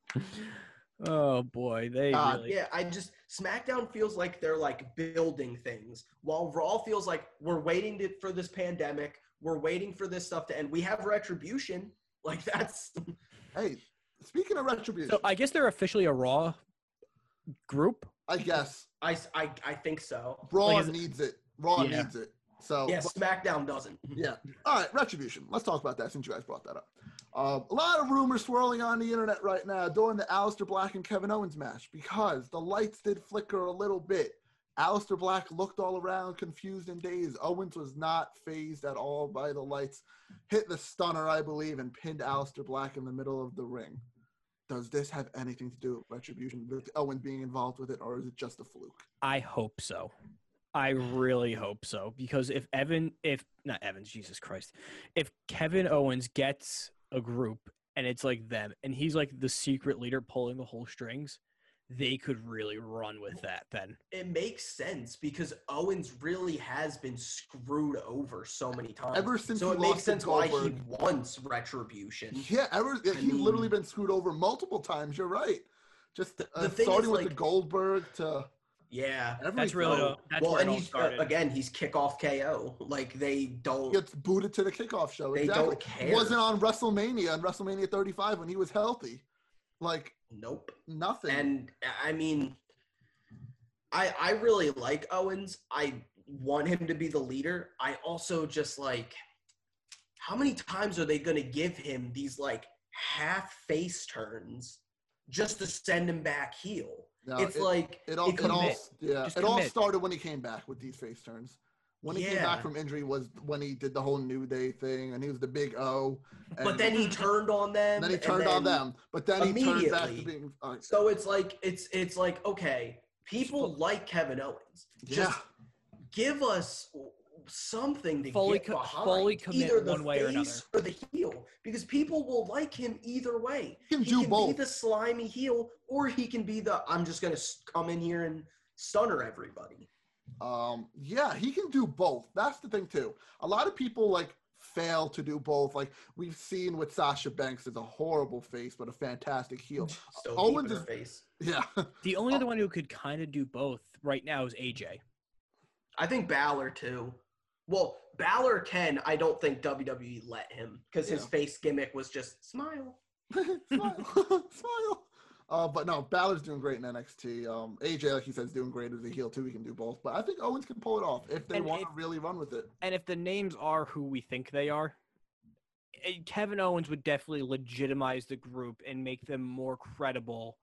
B: Oh boy, they
A: God,
B: really.
C: Uh, Yeah, I just SmackDown feels like they're like building things, while Raw feels like we're waiting to, for this pandemic. We're waiting for this stuff to end. We have retribution. Like that's
A: Hey, speaking of retribution,
B: So I guess they're officially a Raw group.
A: I guess
C: I s- I- I think so.
A: Raw
B: Like, is it-
A: needs it. Raw
B: Yeah.
A: needs it. So
C: Yeah, SmackDown doesn't.
A: Yeah. All right, retribution. Let's talk about that since you guys brought that up. Um, a lot of rumors swirling on the internet right now during the Aleister Black and Kevin Owens match because the lights did flicker a little bit. Aleister Black looked all around, confused and dazed. Owens was not phased at all by the lights. Hit the stunner, I believe, and pinned Aleister Black in the middle of the ring. Does this have anything to do with retribution, with Owens being involved with it, or is it just a fluke?
B: I hope so. I really hope so because if Evan, if not Evans, Jesus Christ, if Kevin Owens gets a group and it's like them and he's like the secret leader pulling the whole strings, they could really run with that then.
C: it makes sense because Owens really has been screwed over so many times.
A: Ever since
C: so
A: he
C: it
A: lost
C: makes
A: to
C: sense why he
A: Goldberg.
C: wants retribution.
A: Yeah, ever yeah,
C: I
A: he's literally
C: mean-
A: been screwed over multiple times. You're right. Just
C: The-
A: uh,
C: the thing
A: starting
C: is,
A: with the
C: like-
A: Goldberg to
C: Yeah.
A: everything.
B: That's really
C: So-
B: that's
C: well,
B: where it
C: and
B: all
C: he's uh,
B: started.
C: again he's kickoff KO. Like they don't
A: gets booted to the kickoff show.
C: they
A: exactly.
C: don't care.
A: Wasn't on WrestleMania and WrestleMania 35 when he was healthy. Like
C: nope.
A: nothing.
C: And I mean, I I really like Owens. I want him to be the leader. I also just like, how many times are they going to give him these like half face turns just to send him back heel?
A: No,
C: it's
A: it,
C: like
A: it all,
C: it's
A: it all
C: commit.
A: s- yeah, it
B: Just
A: all
B: commit.
A: started when he came back with these face turns. When he came
C: Yeah.
A: back from injury was when he did the whole New Day thing, and he was the big O. And
C: but then he turned on them.
A: and then he
C: and
A: turned on
C: then-
A: them. But then he turned back to
C: immediately-
A: being. Uh,
C: So it's like it's it's like okay, people like Kevin Owens.
A: yeah,
C: Just give us something to
B: Fully
C: get
B: co-
C: behind.
B: fully commit
C: either the
B: one way or
C: face or the heel, because people will like him either way.
A: he can
C: He
A: do
C: can
A: both.
C: be the slimy heel, or he can be the I'm just gonna s- come in here and stunner everybody.
A: Um, yeah, he can do both. That's the thing too. A lot of people like fail to do both. Like we've seen with Sasha Banks is a horrible face, but a fantastic heel.
C: So
A: Owens
C: Owens
A: is-
C: face.
A: Yeah,
B: The only
C: oh.
B: other one who could kind of do both right now is AJ.
C: I think Balor too. Well, Balor can. I don't think WWE let him because his
A: Yeah.
C: face gimmick was just smile.
A: smile, smile. Uh, but no, Balor's doing great in NXT. Um, AJ, like he said, is doing great as a heel too. He can do both, but I think Owens can pull it off if they
B: And
A: want to
B: if-
A: really run with it.
B: And if the names are who we think they are, eh, Kevin Owens would definitely legitimize the group and make them more credible.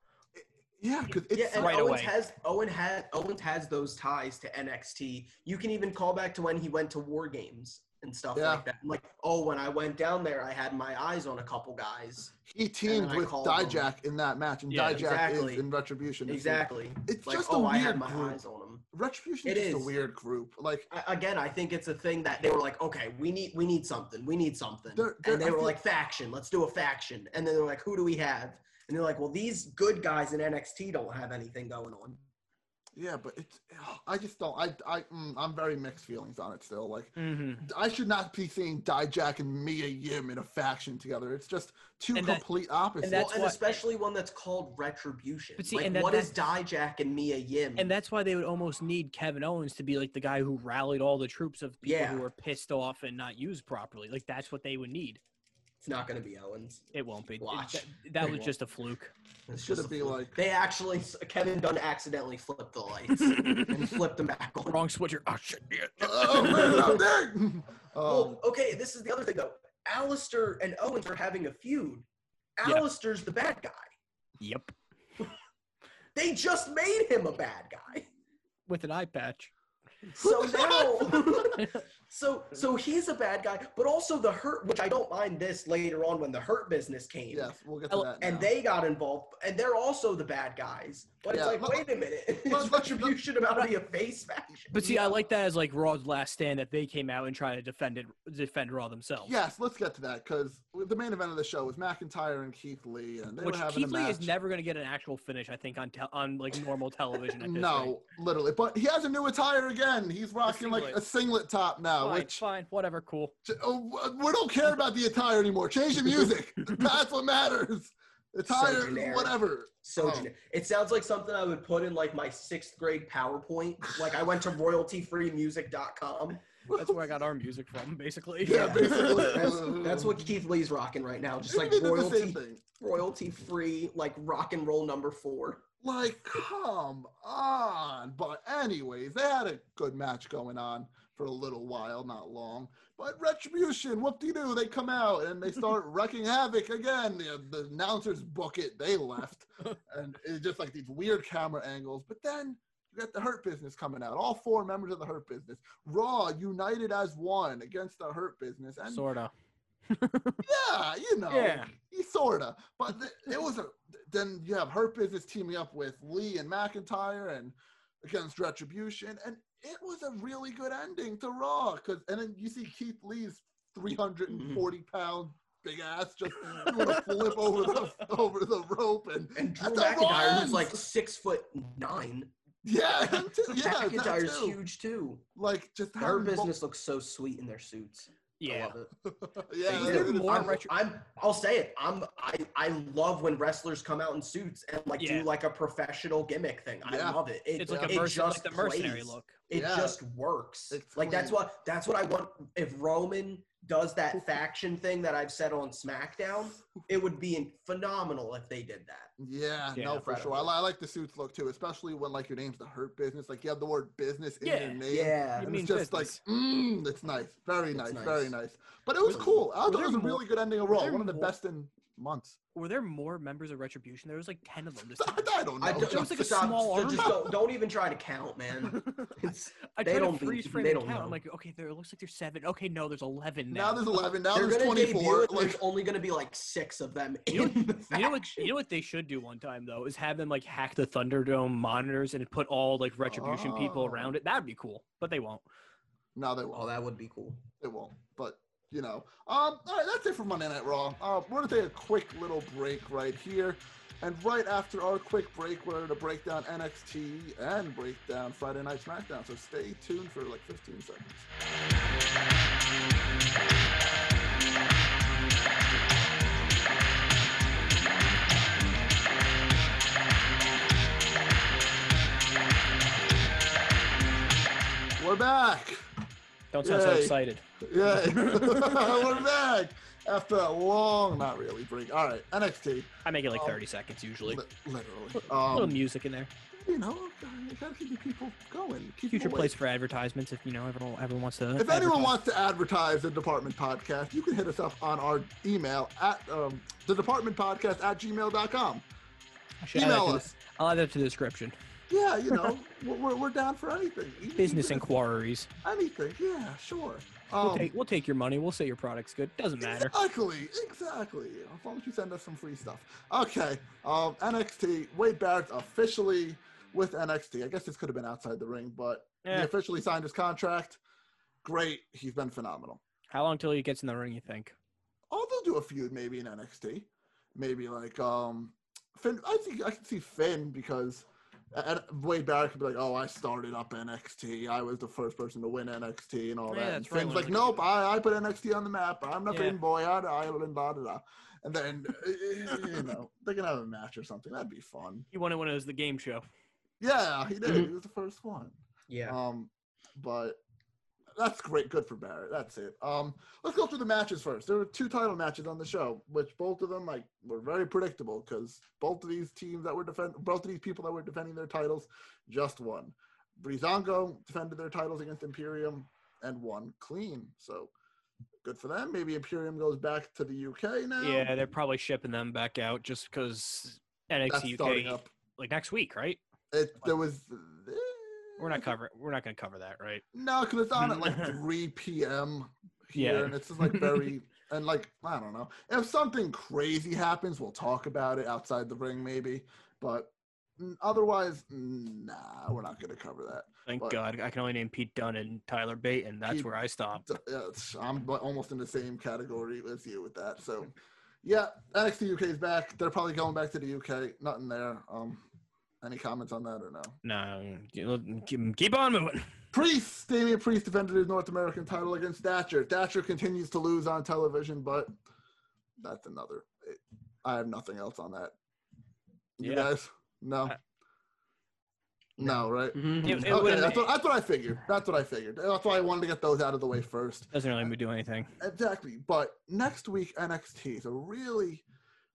A: Yeah, because it's
C: yeah, and
B: right
C: Owens
B: away.
C: has Owen had Owens has those ties to NXT. You can even call back to when he went to War Games and stuff
A: Yeah.
C: like that. Like, oh, when I went down there, I had my eyes on a couple guys.
A: he teamed
C: and I
A: with
C: called him.
A: Dijak in that match, and
B: Yeah,
A: Dijak
C: exactly.
A: is in Retribution. this week.
C: Exactly.
A: It's
C: like,
A: just a
C: oh, I
A: weird
C: had my
A: group.
C: eyes on him.
A: Retribution
C: It
A: is just a
C: is.
A: weird group. Like
C: I, again, I think it's a thing that they were like, okay, we need we need something, we need something,
A: They're- they're-
C: and
A: I
C: they were
A: feel-
C: like faction. Let's do a faction, and then they're like, who do we have? And they're like, well, these good guys in NXT don't have anything going on.
A: Yeah, but it's. I just don't. I. I. Mm, I'm very mixed feelings on it still. Like,
B: Mm-hmm.
A: I should not be seeing Dijak and Mia Yim in a faction together. It's just two
B: And that-
A: complete opposites.
B: that's
C: well, and
B: why-
C: especially one that's called retribution.
B: But see,
C: like,
B: and that-
C: what is Dijak and Mia Yim?
B: And that's why they would almost need Kevin Owens to be like the guy who rallied all the troops of people
C: Yeah.
B: who were pissed off and not used properly. Like that's what they would need.
C: it's not going to be Owens.
B: It won't be. It-
C: Watch.
B: that- that was
A: won't.
B: just a fluke.
C: It's
A: Should
C: just
A: it
C: a
A: be
C: flip.
A: like-
C: they actually Kevin Dunn accidentally flipped the lights and flipped them back on?
B: Wrong switcher. Oh shit. yeah.
A: oh man, I'm dead. Um,
C: Well, okay, this is the other thing though. Alistair and Owens are having a feud.
B: Yeah.
C: Alistair's the bad guy.
B: Yep.
C: They just made him a bad guy.
B: With an eye patch.
C: So now So so he's a bad guy, but also the hurt which I don't mind this later on when the hurt business came.
A: yes, we'll get to
B: Oh,
A: that.
C: And
A: now.
C: they got involved, and they're also the bad guys. But
A: Yeah,
C: it's like,
A: but-
C: wait a minute,
A: but-
C: is
A: but-
C: retribution about to be a face faction?
B: But see, I like that as like Raw's last stand that they came out and tried to defend it, defend Raw themselves.
A: Yes, let's get to that because the main event of the show was McIntyre and Keith Lee, and they
B: Which
A: were having
B: Keith
A: a
B: Lee
A: match.
B: is never going to get an actual finish, I think, on tel on like normal television. At this rate.
A: no, literally, but he has a new attire again. He's rocking like
B: singlet.
A: a singlet top now,
B: fine,
A: uh, which
B: fine, whatever, cool.
A: oh, we don't care about the attire anymore. Change the music. That's what matters. Attire,
C: generic.
A: whatever.
C: So
A: Oh.
C: gener- it sounds like something I would put in like my sixth grade PowerPoint. Like I went to royaltyfreemusic.com.
B: That's where I got our music from, basically.
A: Yeah,
C: Yeah.
A: basically.
C: That's, that's what Keith Lee's rocking right now. Just
A: They
C: like
A: did the same
C: royalty,
A: thing.
C: royalty free, like rock and roll number four.
A: Like, come on. But anyways, they had a good match going on for a little while, not long. But Retribution, whoop-de-doo, they come out and they start wrecking havoc again. The, the announcers book it. They left. and it's just like these weird camera angles. But then you got the Hurt Business coming out. All four members of the Hurt Business. Raw, united as one against the Hurt Business. And
B: Sorta.
A: yeah, you know,
B: Yeah.
A: he sorta. But th- it was a. Then you have her business teaming up with Lee and McIntyre and against Retribution, and it was a really good ending to Raw. Cause and then you see Keith Lee's 340
B: Mm-hmm.
A: pound big ass just doing a flip over the over the rope, and
C: And Drew
A: That's how Raw
C: McIntyre,
A: ends.
C: who's like six foot nine.
A: yeah, him too, yeah, that
C: McIntyre's
A: too.
C: huge too.
A: Like just
C: Her
A: having bo-
C: business looks so sweet in their suits. I
B: Yeah.
C: love it.
A: yeah,
B: Is
A: that
B: there
A: is-
B: more
A: I'm-
B: retro-
C: I'm I'll say it. I'm I, I love when wrestlers come out in suits and like
B: Yeah.
C: do like a professional gimmick thing. I
A: Yeah.
C: love it. it
B: It's like a
C: it
B: merc- like
C: just
B: the mercenary
C: plays.
B: look.
C: It
A: Yeah.
C: just works.
A: It's
C: like that's
A: clean.
C: what that's what I want if Roman does that faction thing that I've said on SmackDown, it would be phenomenal if they did that.
A: Yeah,
B: Yeah,
A: no, for sure. I,
C: incredible.
A: li- I like the suits look too, especially when like your name's the hurt business. Like you have the word business in
B: Yeah,
A: your name.
C: Yeah.
B: You
A: And
B: mean
A: it's just
B: business.
A: like, mm, it's nice, very
C: It's
A: nice,
C: nice.
A: very nice. But it was cool. I thought
B: there
A: it was a
B: more-
A: really good ending of
B: were
A: Raw,
B: there
A: one of the
B: more-
A: best in months.
B: Were there more members of Retribution? There was like ten of them this time.
A: I don't know.
C: I don't,
A: Jeff.
B: Just like a
C: stop-
B: small
C: just
B: arm.
C: don't, don't even try to count, man. It's,
B: I
C: They
B: tried to
C: don't be-
B: freeze frame
C: they
B: the
C: don't
B: count. I'm
C: know.
B: like, okay, there it looks like there's seven. Okay, no, there's eleven now.
A: now there's 11. Now
C: they're
A: there's
C: gonna debut
A: 24.
C: it. There's
A: Like,
C: only gonna be like six of them in
B: You
C: the
B: You know what?
C: faction.
B: You know what they should do one time though is have them like hack the Thunderdome monitors and put all like Retribution people
A: Oh.
B: around it. That'd be cool, but they won't.
A: no, they
C: Oh,
A: won't.
C: that would be cool.
A: They won't. But you know, um, all right, that's it for Monday Night Raw. Uh, we're gonna take a quick little break right here. And right after our quick break, we're going to break down NXT and break down Friday Night SmackDown. So stay tuned for like 15 seconds. We're back.
B: Don't sound so
A: Yay.
B: excited.
A: Yeah, we're back after a long, not really break. All right, NXT,
B: I make it like
A: Um,
B: 30 seconds usually.
A: li- literally.
B: a little
A: Um,
B: music in there.
A: you know, you gotta keep the people going. Keep them
B: Future
A: awake.
B: place for advertisements if you know everyone, everyone wants to.
A: If anyone
B: advertise.
A: wants to advertise the department podcast, you can hit us up on our email at um, the department podcast at gmail.com.
B: I should add that
A: Email
B: to the-
A: us.
B: I'll add that to the description.
A: Yeah, you know, we're, we're- we're down for anything. Even-
B: Business
A: even
B: inquiries.
A: if- Anything, yeah, sure.
B: We'll
A: Um,
B: take, we'll take your money. We'll say your product's good. Doesn't matter.
A: Exactly, exactly. As long as you send us some free stuff. Okay, um, NXT, Wade Barrett officially with NXT. I guess this could have been outside the ring, but he
B: Eh,
A: officially signed his contract. Great, he's been phenomenal.
B: how long till he gets in the ring? You think?
A: Oh, they'll do a feud maybe in NXT. Maybe like um, Finn. I think I can see Finn because And Wade Barrett could be like, "Oh, I started up NXT. I was the first person to win NXT and all
B: Yeah,
A: that." And
B: that's right,
A: Finn's
B: when I
A: like,
B: was a
A: "Nope,
B: kid."
A: I, I put NXT on the map. I'm the
B: Yeah.
A: Finn boy. I, I blah, blah, blah, blah." And then you know they can have a match or something. That'd be fun.
B: He wanted one of those the game show.
A: Yeah, he did.
B: Mm-hmm.
C: Mhm.
A: He was the first one.
C: Yeah.
A: Um, but that's great. Good for Barrett. That's it. Um, let's go through the matches first. There were two title matches on the show, which both of them like were very predictable because both of these teams that were defend, both of these people that were defending their titles, just won. Brizongo defended their titles against Imperium and won clean. So good for them. Maybe Imperium goes back to the UK now.
B: Yeah, they're probably shipping them back out just because
A: that's
B: NXT
A: starting
B: UK
A: up.
B: like next week, right?
A: It, there was. eh, Mm-hmm.
B: We're not covering. We're not going to cover that, right?
A: No, because it's on at like 3 p.m. here,
B: Yeah.
A: and it's just like very and like I don't know. If something crazy happens, we'll talk about it outside the ring, maybe. But mm, otherwise, nah, we're not going to cover that.
B: Thank
A: But-
B: God. I can only name Pete Dunne and Tyler Bate, and that's
A: Pete-
B: where I stopped.
A: So, yeah, it's- I'm like, almost in the same category as you with that. So, yeah, NXT UK is back. They're probably going back to the UK. Nothing there. Um, any comments on that or no?
B: No, you- keep keep on moving.
A: Priest, Damian Priest defended his North American title against Thatcher. Thatcher continues to lose on television, but that's another. It, I have nothing else on that. You
B: Yeah.
A: guys? No.
B: I-
A: no, right?
C: Mhm.
B: It- it
A: okay,
B: would've
A: that's
B: made-
A: what, that's what I figured. That's what I figured. That's why I wanted to get those out of the way first.
B: Doesn't really do anything.
A: Exactly. But next week, NXT is a really,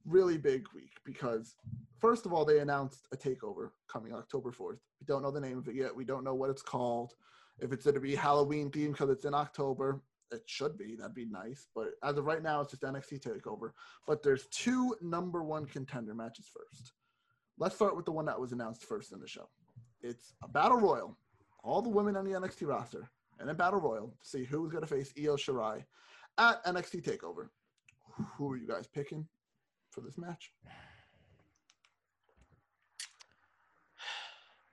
A: really big week because, first of all, they announced a takeover coming October 4th. We don't know the name of it yet. We don't know what it's called. If it's going to be Halloween themed because it's in October, it should be. That'd be nice. But as of right now, it's just NXT takeover. But there's two number one contender matches first. Let's start with the one that was announced first in the show. It's a battle royal. All the women on the NXT roster and a battle royal to see who's going to face Io Shirai at NXT Takeover. Who are you guys picking for this match?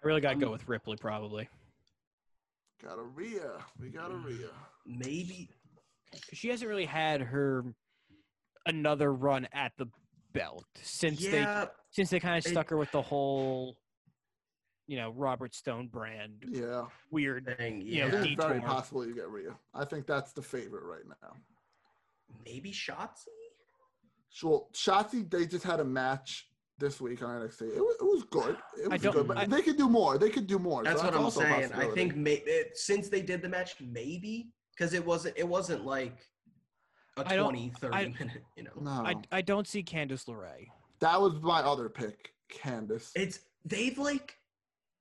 B: I really got to
C: Um,
B: go with Ripley, probably.
A: Got a Rhea. We got a Rhea.
C: Maybe.
B: 'Cause She hasn't really had her another run at the belt since they
C: Yeah.
B: since they kind of
C: it-
B: stuck her with the whole, you know, Robert Stone brand
A: Yeah,
B: weird.
C: Thing,
B: You
C: yeah.
B: know,
A: it is very
B: Detour.
A: possible you get Rhea. I think that's the favorite right now.
C: Maybe Shotzi.
A: Well, Shotzi, they just had a match this week on NXT. It was, it was good. It was
B: don't-
A: good, but
B: I-
A: they could do more. They could do more.
C: That's
A: so
C: what I'm
A: also a
C: saying. I
A: possibility.
C: think may, it, since they did the match, maybe because it wasn't it wasn't like a
B: I don't-
C: 20, 30
B: I-
C: minute. You know,
A: no,
B: I, I don't see Candice LeRae.
A: that was my other pick, Candice.
C: it's they've like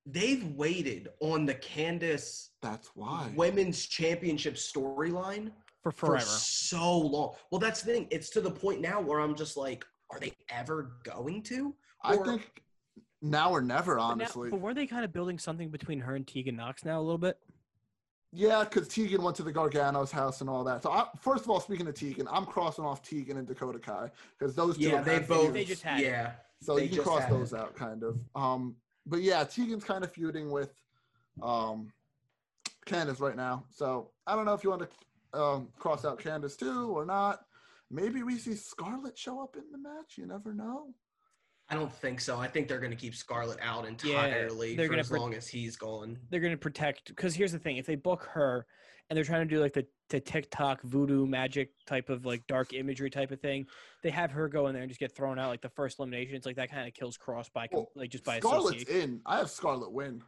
C: they've waited on the Candace
A: that's why.
C: women's championship storyline
B: For
C: for
B: forever.
C: so long. Well, that's the thing. It's to the point now where I'm just like, are they ever going to?
A: I
C: or-
A: think now or never,
B: But now-
A: honestly.
B: but were they kind of building something between her and Tegan Knox now a little bit?
A: Yeah, because Tegan went to the Gargano's house and all that. So, I, first of all, speaking of Tegan, I'm crossing off Tegan and Dakota Kai because those two.
C: Yeah,
A: have
C: they
A: had
C: both.
A: feuds.
B: They just had it.
C: yeah.
A: so
C: they
A: you can
C: just
A: cross
C: had
A: those
C: it.
A: out, kind of. Um, but yeah, Tegan's kind of feuding with um, Candace right now. So I don't know if you want to um, cross out Candace too or not. Maybe we see Scarlett show up in the match. You never know.
C: I don't think so. I think they're going to keep Scarlett out entirely
B: they're
C: for
B: gonna
C: as
B: pro-
C: long as he's gone.
B: they're going to protect because here's the thing if they book her and they're trying to do like the, the tiktok voodoo magic type of like dark imagery type of thing they have her go in there and just get thrown out like the first elimination it's like that kind of kills cross by com-
A: Well,
B: like just by
A: Scarlett's
B: association
A: in. I have Scarlett win.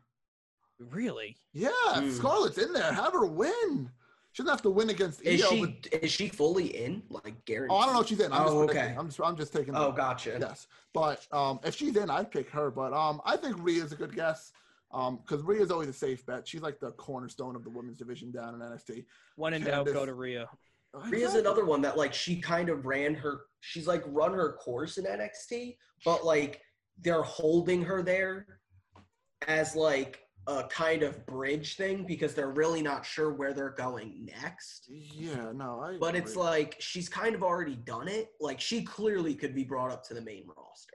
B: really
A: Yeah,
C: Hmm.
A: Scarlett's in there. Have her win. She doesn't have to win against
C: Is
A: Io,
C: she
A: but
C: is she fully in? Like guaranteed?
A: Oh, I don't know if she's in. I'm
C: Oh,
A: just predicting.
C: okay.
A: I'm just, I'm just taking.
C: Oh,
A: the-
C: gotcha.
A: Yes, but um, if she's in, I'd pick her. But um, I think Rhea's a good guess. Um, because Rhea's always a safe bet. She's like the cornerstone of the women's division down in NXT.
B: one and out go
A: Candace.
B: to rio
C: Rhea's another one that like she kind of ran her. She's like run her course in NXT, but like they're holding her there as like a kind of bridge thing because they're really not sure where they're going next.
A: Yeah, no, I.
C: But it's
A: agree.
C: like she's kind of already done it. Like she clearly could be brought up to the main roster.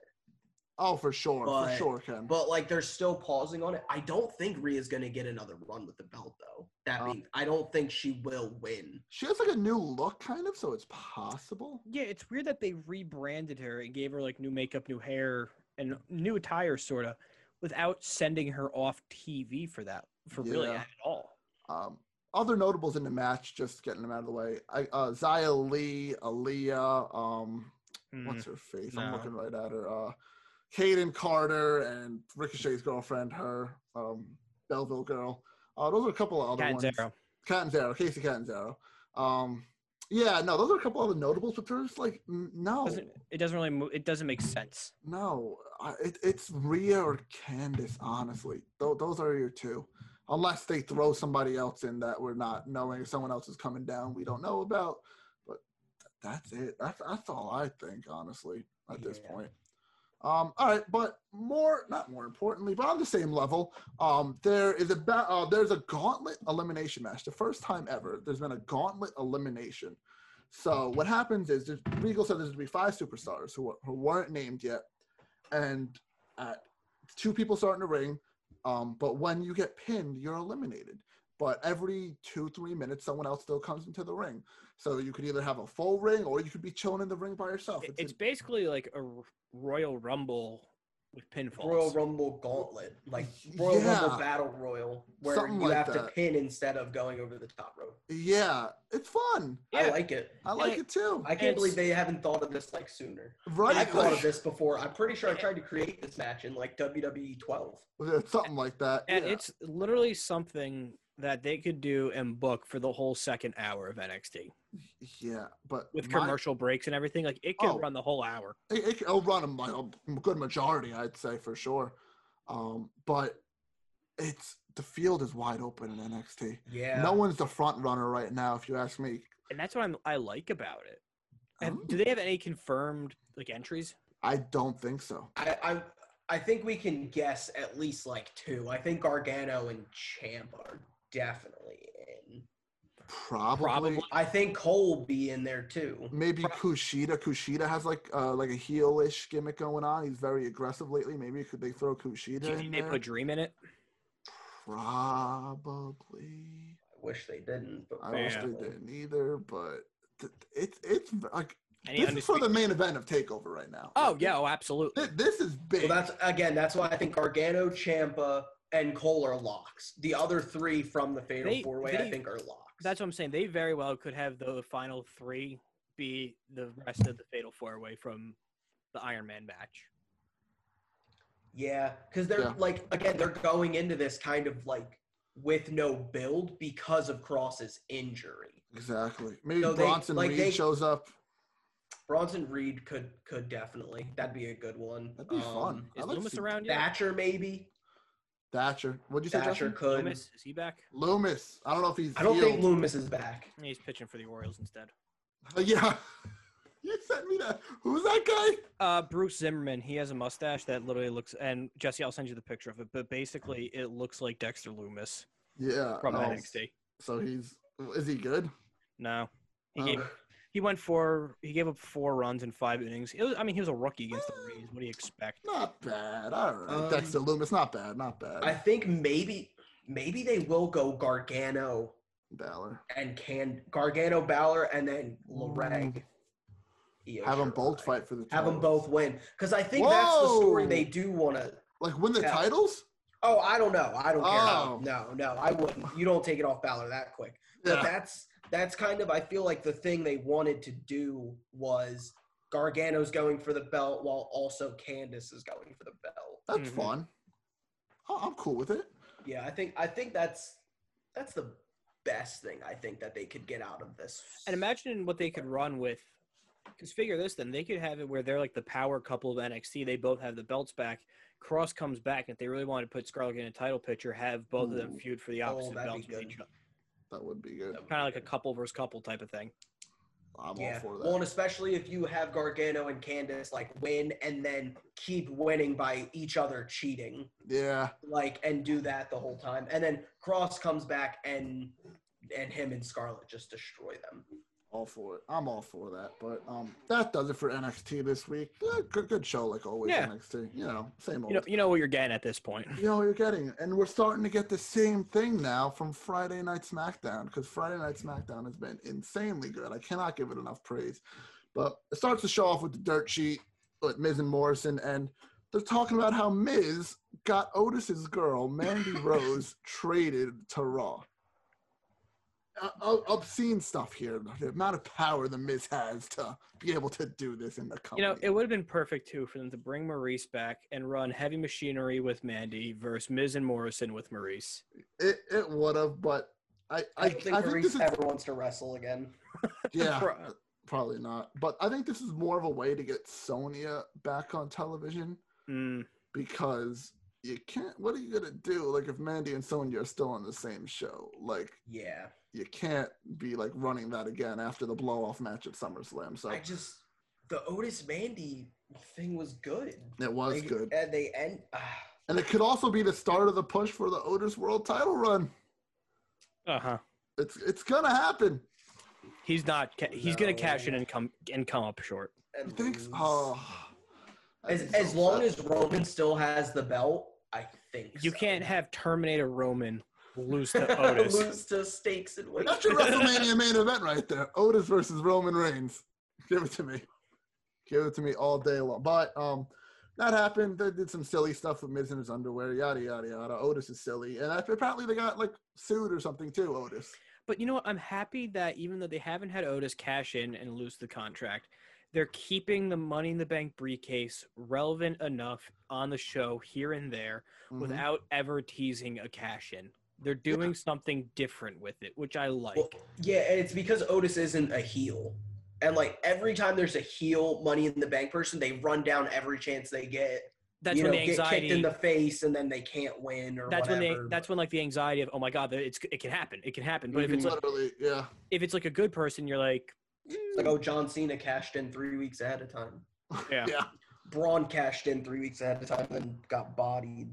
A: oh, for sure, for
C: but-
A: sure, Ken.
C: But like they're still pausing on it. I don't think Rhea's gonna get another run with the belt though. That
A: Oh.
C: means I don't think she will win.
A: she has like a new look, kind of, so it's possible.
B: yeah it's weird that they rebranded her and gave her like new makeup new hair and new attire sorta without sending her off TV for that for really
A: Yeah.
B: at all.
A: Um, other notables in the match, just getting them out of the way. I, uh, Zaya Lee, Aaliyah, um, what's her face? I'm
B: Mm. no.
A: looking right at her. Uh, Kaden Carter and Ricochet's girlfriend, her um, Belleville girl. Uh, those are a couple of other
B: Cat
A: ones.
B: Zero.
A: Catanzaro, Casey Catanzaro. Um, yeah, no, those are a couple other notables, but there's like n- no,
B: Doesn't, it doesn't really mo- it doesn't make sense.
A: no. I, it, it's Rhea or Candice, honestly. Tho- those are your two, unless they throw somebody else in that we're not knowing. Someone else is coming down we don't know about. But that's it. That's that's all I think, honestly, at this
C: Yeah.
A: point. Um, all right, but more not more importantly, but on the same level, um, there is a ba- uh, there's a gauntlet elimination match. The first time ever, there's been a gauntlet elimination. So what happens is there's, Regal said there's going to be five superstars who, wa- who weren't named yet, and uh, two people start in the ring. Um, but when you get pinned, you're eliminated. But every two three minutes, someone else still comes into the ring. So you could either have a full ring or you could be chilling in the ring by yourself.
B: It-
A: Oh, a-
B: It's basically like a r- Royal Rumble with pinfalls.
C: Royal Rumble Gauntlet, like Royal
A: Yeah.
C: Rumble Battle Royal, where
A: Something
C: you
A: like
C: have to
A: that.
C: pin instead of going over the top rope.
A: Yeah, it's fun.
C: I
B: Yeah.
C: like it.
A: I like
B: Yeah.
A: it too.
C: I can't
B: It's-
C: believe they haven't thought of this like sooner.
A: right?
C: I thought of
A: Like,
C: this before. I'm pretty sure I tried to create this match in like E WWE 12.
A: yeah, something like that.
B: and
A: yeah.
B: it's literally something that they could do and book for the whole second hour of NXT
A: yeah, but
B: with
A: my-
B: commercial breaks and everything. Like it could
A: Oh.
B: run the whole hour.
A: it, it, it'll run a, mi- a good majority, I'd say for sure. Um, but it's the field is wide open in NXT.
C: Yeah.
A: No one's the front runner right now, if you ask me.
B: And that's what I'm, I like about it. Have-
A: Um,
B: Do they have any confirmed like entries?
A: I don't think so.
C: I, I I think we can guess at least like two. I think Gargano and Champ are definitely in.
A: Probably,
B: Probably.
C: I think Cole will be in there too.
A: maybe Kushida. Kushida has like uh, like a heelish gimmick going on. He's very aggressive lately. Maybe could they throw Kushida
B: Do you
A: in
B: think they
A: there?
B: put Dream in it?
A: Probably.
C: I wish they didn't, but
A: I wish they
C: probably.
A: didn't either, but th- it's it's like
B: Any
A: this is for
B: undisputed-
A: the main event of Takeover right now.
B: oh yeah, oh absolutely.
A: Th- this is big.
C: Well, that's again. That's why I think Gargano, Champa, and Cole are locks. The other three from the Fatal
B: They-
C: Four Way,
B: they-
C: I think, are locks.
B: That's what I'm saying. They very well could have the final three be the rest of the Fatal Four Way from the Iron Man match.
C: yeah, because they're
A: Yeah.
C: like again, they're going into this kind of like with no build because of Cross's injury.
A: exactly. Maybe
C: No, they-
A: Bronson
C: like,
A: Reed
C: they-
A: shows up.
C: Bronson Reed could could definitely that'd be a good one. Um,
A: That'd be fun.
B: Is
A: I'd like to
B: Loomis
A: see
B: around yet?
C: Thatcher maybe.
A: Thatcher. What'd you say, Thatcher?
C: Thatcher could.
B: Loomis, is he back?
A: Loomis. I don't know if he's.
C: I don't
A: healed.
C: think Loomis is back.
B: He's pitching for the Orioles instead.
A: Uh, yeah. you sent me that. Who's that guy?
B: Uh, Bruce Zimmerman, he has a mustache that literally looks. And Jesse, I'll send you the picture of it. But basically, it looks like Dexter Loomis
A: Yeah.
B: from
A: oh,
B: NXT.
A: so he's. Is he good?
B: No, he
A: Oh.
B: gave, he went four. He gave up four runs in five innings. It was, I mean, he was a rookie against the Rays. What do you expect?
A: Not bad. All right.
C: Um,
A: Dexter Loomis. Not bad. Not bad.
C: I think maybe maybe they will go Gargano
A: Balor.
C: and can Gargano Balor and then Loreg. Io
A: Mm. Have them
C: Shirai.
A: both fight for the.
C: Have them
A: titles.
C: both win because I think that's the story
A: Whoa!
C: they do want to.
A: Like win the
C: Yeah.
A: titles.
C: Oh, I don't know. I don't care.
A: Oh.
C: No, no, I wouldn't. You don't take it off Balor that quick. But that's that's kind of I feel like the thing they wanted to do was Gargano's going for the belt while also Candice is going for the belt.
A: That's
B: Mhm.
A: fun. I- I'm cool with it.
C: Yeah, I think I think that's that's the best thing I think that they could get out of this.
B: And imagine what they could run with. Because figure this, then they could have it where they're like the power couple of NXT. They both have the belts back. Cross comes back, and if they really wanted to put Scarlett in a title picture, have both of them
C: Ooh.
B: feud for the
C: Oh,
B: opposite
C: that'd be
B: belts with
C: good.
B: each other.
A: That would be good.
B: Kind of like a couple versus couple type of thing.
A: I'm all
C: yeah.
A: for that.
C: Well, and especially if you have Gargano and Candice like win and then keep winning by each other cheating,
A: yeah,
C: like and do that the whole time, and then Cross comes back and and him and Scarlett just destroy them.
A: all for it. I'm all for that. But um, that does it for NXT this week. Yeah, good, good show, like always.
B: Yeah.
A: NXT, you know, same old.
B: You know, you know what you're getting at this point.
A: you know what you're getting, and we're starting to get the same thing now from Friday Night SmackDown because Friday Night SmackDown has been insanely good. I cannot give it enough praise. But it starts the show off with the dirt sheet with Miz and Morrison, and they're talking about how Miz got Otis's girl Mandy Rose traded to Raw. Uh, ob- obscene stuff here. The amount of power the Miz has to be able to do this in the
B: You
A: company.
B: know, it would have been perfect too for them to bring Maurice back and run heavy machinery with Mandy versus Miz and Morrison with Maurice.
A: it, it would have, but I I,
C: I don't think
A: I think
C: Maurice
A: this is
C: ever wants to wrestle again.
A: yeah.
B: Pro-
A: Probably not. But I think this is more of a way to get Sonya back on television
B: Mm,
A: because you can't. What are you gonna do? Like if Mandy and Sonya are still on the same show, like
C: Yeah.
A: you can't be like running that again after the blow off match at SummerSlam. So
C: I just the Otis Mandy thing was good.
A: it was
C: They-
A: good,
C: And they end. ah.
A: and it could also be the start of the push for the Otis World Title run.
B: uh huh.
A: It's it's gonna happen.
B: He's not. ca- He's gonna
C: No.
B: cash in and come and come up short.
A: You
C: and
A: think?
C: lose.
A: Oh, I'd
C: as
A: be so
C: as long
A: upset.
C: as Roman still has the belt, I think
B: You
C: so.
B: can't have Terminator Roman lose to Otis.
C: lose to stakes and weight.
A: That's your WrestleMania main event right there. Otis versus Roman Reigns. Give it to me. Give it to me all day long. But um, that happened. They did some silly stuff with Miz in his underwear. Yada yada yada. Otis is silly, and that's- apparently they got like sued or something too. Otis.
B: But you know what? I'm happy that even though they haven't had Otis cash in and lose the contract, they're keeping the Money in the Bank briefcase relevant enough on the show here and there
C: Mm-hmm.
A: Mhm.
B: without ever teasing a cash in. They're doing something different with it, which I like.
C: Well, yeah, and it's because Otis isn't a heel. And like every time there's a heel money in the bank person, they run down every chance they get.
B: that's
C: you
B: when
C: know,
B: the
C: get
B: anxiety.
C: kicked in the face and then they can't win or
B: that's when they.
C: whatever.
B: That's when like the anxiety of oh my god, it's it can happen, it can happen. But if
C: Mm-hmm.
B: it's like,
A: literally yeah.
B: if it's like a good person, you're like
C: like oh John Cena cashed in three weeks ahead of time.
B: yeah.
A: Yeah.
C: Braun cashed in three weeks ahead of time and got bodied.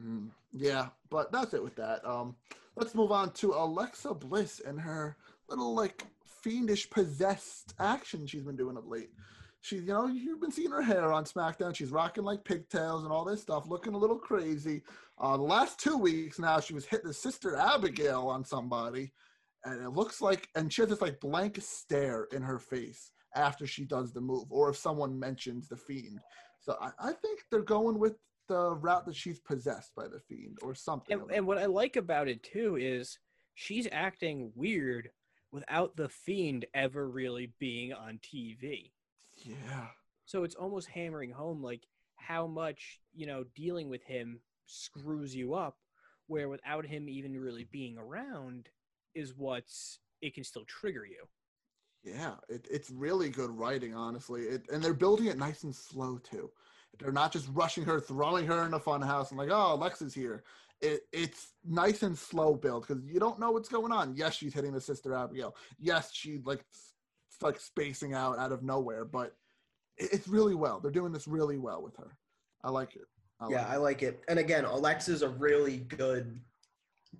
A: Mm, yeah, but that's it with that. Um, let's move on to Alexa Bliss and her little like fiendish possessed action she's been doing of late. She, you know, you've been seeing her hair on SmackDown. She's rocking like pigtails and all this stuff, looking a little crazy. Uh, the last two weeks now, she was hitting Sister Abigail on somebody, and it looks like, and she has this like blank stare in her face after she does the move, or if someone mentions the Fiend. So I, I think they're going with the route that she's possessed by the Fiend or something.
B: And,
A: of
B: and what I like about it too is she's acting weird without the fiend ever really being on TV.
A: it. yeah.
B: So it's almost hammering home like how much, you know, dealing with him screws you up where without him even really being around is what's it can still trigger you.
A: Yeah, it, it's really good writing, honestly. It, and they're building it nice and slow too. They're not just rushing her, throwing her in a fun house, and like, oh, Alexa's here. It, it's nice and slow build because you don't know what's going on. Yes, she's hitting the sister Abigail. Yes, she like s- s- like spacing out out of nowhere, but it, it's really well. They're doing this really well with her. I like it. I
C: yeah,
A: like
C: I like it. And again, Alexa's a really good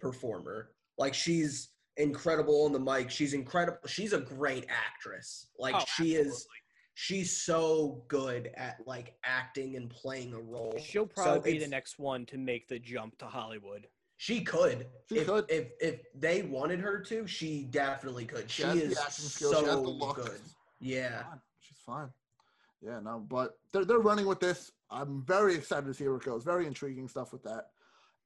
C: performer. Like she's incredible on the mic. She's incredible. She's a great actress. Like
B: Oh,
C: she is
B: absolutely.
C: she's so good at like acting and playing a role.
B: She'll
C: So
B: probably be the
C: it's-
B: next one to make the jump to Hollywood.
C: She could.
A: She
C: if,
A: could.
C: If if they wanted her to, she definitely could. She,
A: has the
C: is
A: acting skills,
C: so
A: she has the look.
C: good. Yeah.
A: fine. She's fine. Yeah, no, but they're they're running with this. I'm very excited to see where it goes. Very intriguing stuff with that.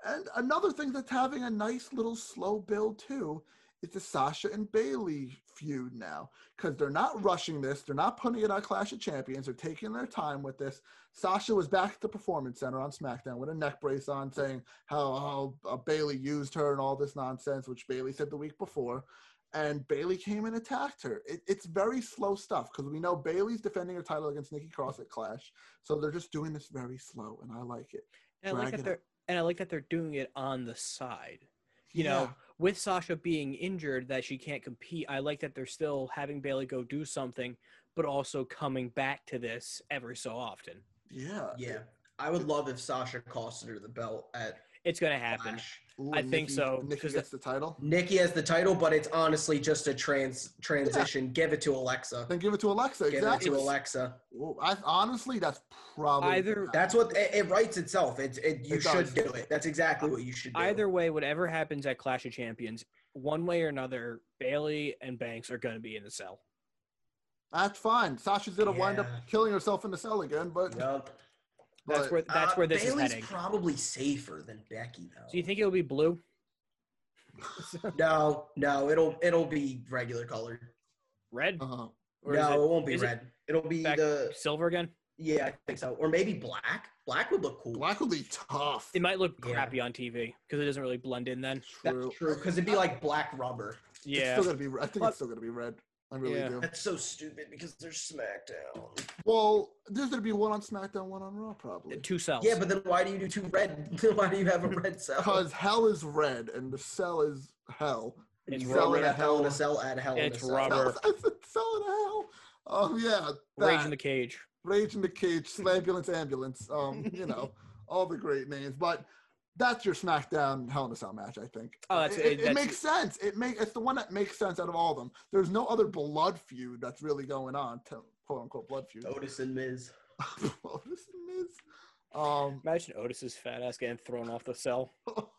A: And another thing that's having a nice little slow build too is the Sasha and Bailey feud now because they're not rushing this. They're not putting it on Clash of Champions. They're taking their time with this. Sasha was back at the Performance Center on SmackDown with a neck brace on, saying how, how uh, Bailey used her and all this nonsense, which Bailey said the week before. And Bailey came and attacked her. It, it's very slow stuff because we know Bailey's defending her title against Nikki Cross at Clash, so they're just doing this very slow, and I like it.
B: And I like
A: Drag it
B: that
A: out.
B: they're and I like that they're doing it on the side. You know, with Sasha being injured that she can't compete, I like that they're still having Bailey go do something, but also coming back to this every so often.
A: yeah,
C: Yeah. I would love if Sasha costed her the belt at
B: It's gonna happen.
C: Clash.
A: Ooh,
B: I
A: and
B: think
A: Nikki-
B: so,
A: Nikki
B: 'cause
A: gets the title.
C: Nikki has the title, but it's honestly just a trans transition. Give it to Alexa.
A: Then give it to Alexa.
C: Give
A: exactly.
C: it to Alexa.
A: Ooh, I, honestly, that's probably
B: Either-
C: That's what it, it writes itself. It's it, you
A: It does. Uh,
C: should do it. That's exactly what you should do.
B: Either way, whatever happens at Clash of Champions, one way or another, Bailey and Banks are gonna be in the cell.
A: That's fine. Sasha's gonna wind up
C: Yeah.
A: killing herself in the cell again, but
C: Yup.
B: That's
A: But-
B: where that's
C: Uh,
B: where this
C: Bailey's
B: is heading.
C: probably safer than Becky though.
B: Do you think it'll be blue?
C: No, no, it'll it'll be regular colored.
B: Red?
C: Uh,
A: Uh-huh.
B: Or
C: no,
B: is it-
C: it, won't be
B: is it
C: red. It, will be
B: back-
C: the
B: Silver again?
C: yeah, I think so, or maybe black. Black would look cool.
A: Black would be tough.
B: It might look
C: Yeah.
B: crappy on TV because it doesn't really blend in then.
C: That's true because it'd be like black rubber.
A: It's
B: Yeah.
A: still gonna be. I think it's still gonna be red. I really
B: Yeah.
A: do.
C: That's so stupid because they're SmackDown.
A: Well, there's gonna be one on SmackDown, one on Raw, probably.
B: Two cells.
C: Yeah, but then why do you do two red? why do you have a red cell?
A: Because hell is red and the cell is hell.
C: And
B: It's
C: you roll
A: rubber
C: it
A: to
C: up hell in a
A: hell.
C: cell at hell in a
B: It's
C: cell.
B: rubber.
A: Cell, cell in hell. Um, yeah. That,
B: Rage in the cage.
A: Rage in the Cage, Slambulance Ambulance, um, you know, all the great names. But that's your SmackDown Hell in a Cell match, I think.
B: Oh, that's-
A: it, it, it
B: that's-
A: makes sense. It make it's the one that makes sense out of all of them. There's no other blood feud that's really going on, to, quote unquote blood feud.
C: Otis and Miz.
B: Oh.
A: Otis and Miz. Um,
B: Imagine Otis's fat ass getting thrown off the cell.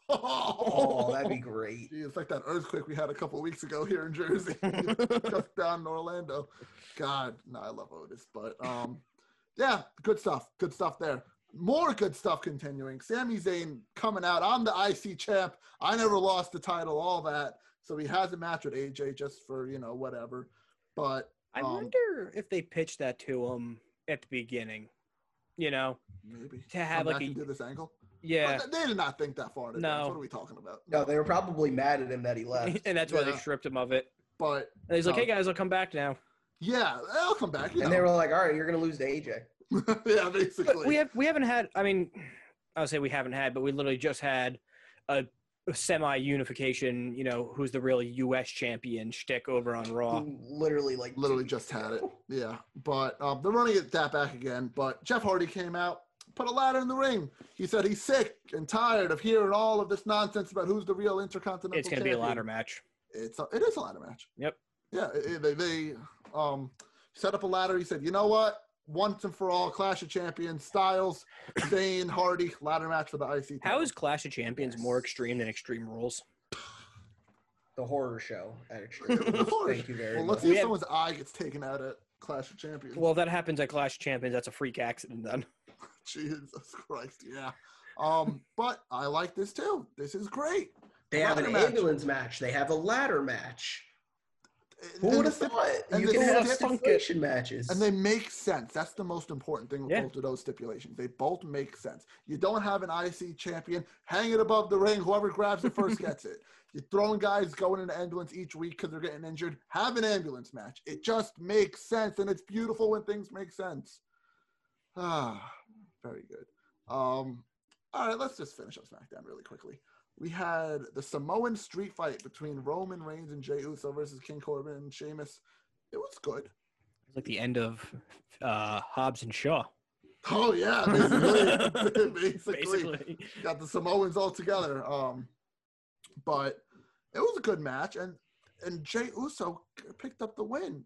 C: Oh, that'd be great.
A: Gee, it's like that earthquake we had a couple weeks ago here in Jersey, just down in Orlando. God, no, I love Otis, but um, yeah, good stuff. Good stuff there. More good stuff continuing. Sami Zayn coming out. I'm the IC champ. I never lost the title. All that. So he has a match with AJ just for you know whatever. But
B: I
A: Um,
B: wonder if they pitched that to him at the beginning. You know,
A: maybe
B: to have
A: come
B: like
A: back
B: a
A: and do this angle.
B: yeah,
A: But they did not think that far. in
B: No.
A: advance. What are we talking about?
C: No, they were probably mad at him that he left.
B: and that's why they
A: Yeah.
B: stripped him of it.
A: But
B: And he's like,
A: No.
B: "Hey guys, I'll come back now."
A: yeah, they'll come back. You
C: And they
A: know.
C: were like, "All right, you're gonna lose to AJ."
A: yeah,
B: But
A: basically.
B: we have we haven't had. I mean, I would say we haven't had, but we literally just had a, semi unification. You know, who's the real U.S. champion shtick over on Raw?
C: Who literally like
A: literally just had it. Yeah, but um, they're running it that back again. But Jeff Hardy came out, put a ladder in the ring. He said he's sick and tired of hearing all of this nonsense about who's the real intercontinental.
B: It's gonna be a
A: champion.
B: ladder match.
A: It's a, it is a ladder match.
B: Yep.
A: Yeah, it- it- they they um, set up a ladder. He said, you know what? Once and for all, Clash of Champions, Styles, Zayn, Hardy, ladder match for the IC.
B: How
A: title.
B: is Clash of Champions more extreme than Extreme Rules?
C: the horror show at Extreme Rules.
A: Horror
C: Thank you very
A: well?
C: much.
A: Let's see
B: We
A: if
B: have-
A: someone's eye gets taken out at Clash of Champions.
B: Well, if that happens at Clash of Champions. That's a freak accident then.
A: Jesus Christ, yeah. Um, but I like this too. This is great.
C: They have
A: Ladder
C: an
A: match.
C: ambulance match. They have a ladder match. Who
A: And
C: would
A: the
C: have
A: stip-
C: thought
A: and
C: you
A: the
C: can have
A: stipulation-
C: stipulation matches?
A: And they make sense. That's the most important thing with
B: Yeah.
A: both of those stipulations. They both make sense. You don't have an IC champion. Hang it above the ring. Whoever grabs it first gets it. You're throwing guys going in an ambulance each week because they're getting injured. Have an ambulance match. It just makes sense, and it's beautiful when things make sense. Ah, very good. Um, all right, let's just finish up SmackDown really quickly. We had the Samoan street fight between Roman Reigns and Jey Uso versus King Corbin and Sheamus. It was good.
B: It's like the end of uh, Hobbs and Shaw.
A: Oh yeah, basically, basically.
B: Basically,
A: got the Samoans all together. Um, but it was a good match, and and Jay Uso picked up the win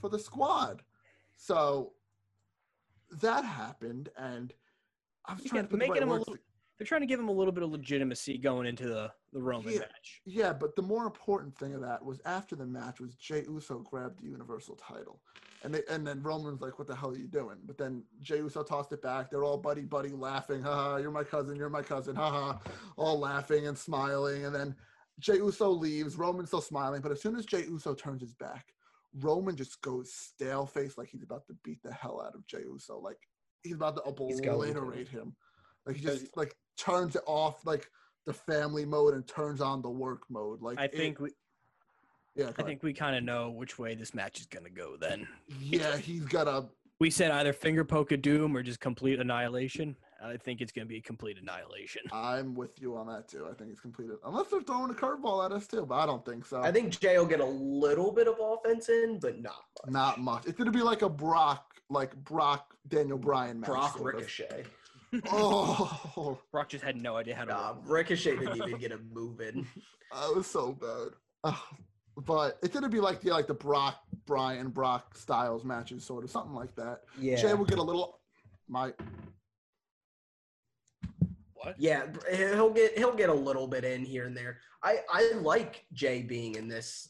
A: for the squad. So that happened, and I was
B: Yeah,
A: trying to put the
B: making
A: right
B: him a
A: words.
B: little- they're trying to give him a little bit of legitimacy going into the the Roman
A: Yeah.
B: match.
A: Yeah, but the more important thing of that was after the match was Jay Uso grabbed the Universal title, and they, and then Roman's like, "What the hell are you doing?" But then Jay Uso tossed it back. They're all buddy buddy laughing, haha. You're my cousin. You're my cousin, haha. All laughing and smiling, and then Jay Uso leaves. Roman's still smiling, but as soon as Jay Uso turns his back, Roman just goes stale face like he's about to beat the hell out of Jey Uso. Like he's about to
C: He's going to.
A: obliterate him. Like he
B: Because-
A: just like turns it off like the family mode and turns on the work mode. Like
B: I
A: it-
B: think we
A: yeah,
B: I
A: go
B: think we kind of know which way this match is gonna go. Then
A: ahead. yeah, he's got a
B: we said either finger poke of doom or just complete annihilation. I think it's gonna be complete annihilation.
A: I'm with you on that too. I think he's completed. Unless they're throwing a curveball at us too, but I don't think so.
C: I think Jay will get a little bit of offense in, but not much.
A: not much. It's gonna be like a Brock, like Brock Daniel Bryan match.
C: Brock
A: sort of.
C: Ricochet.
A: Oh,
B: Brock just had no idea how to.
C: Nah,
B: roll.
C: Ricochet didn't even get a move in.
A: That was so bad. Ugh. but it's gonna be like the like the Brock Brian Brock Styles matches, sort of something like that.
C: Yeah.
A: Jay will get a little. My
B: What?
C: Yeah, he'll get he'll get a little bit in here and there. I I like Jay being in this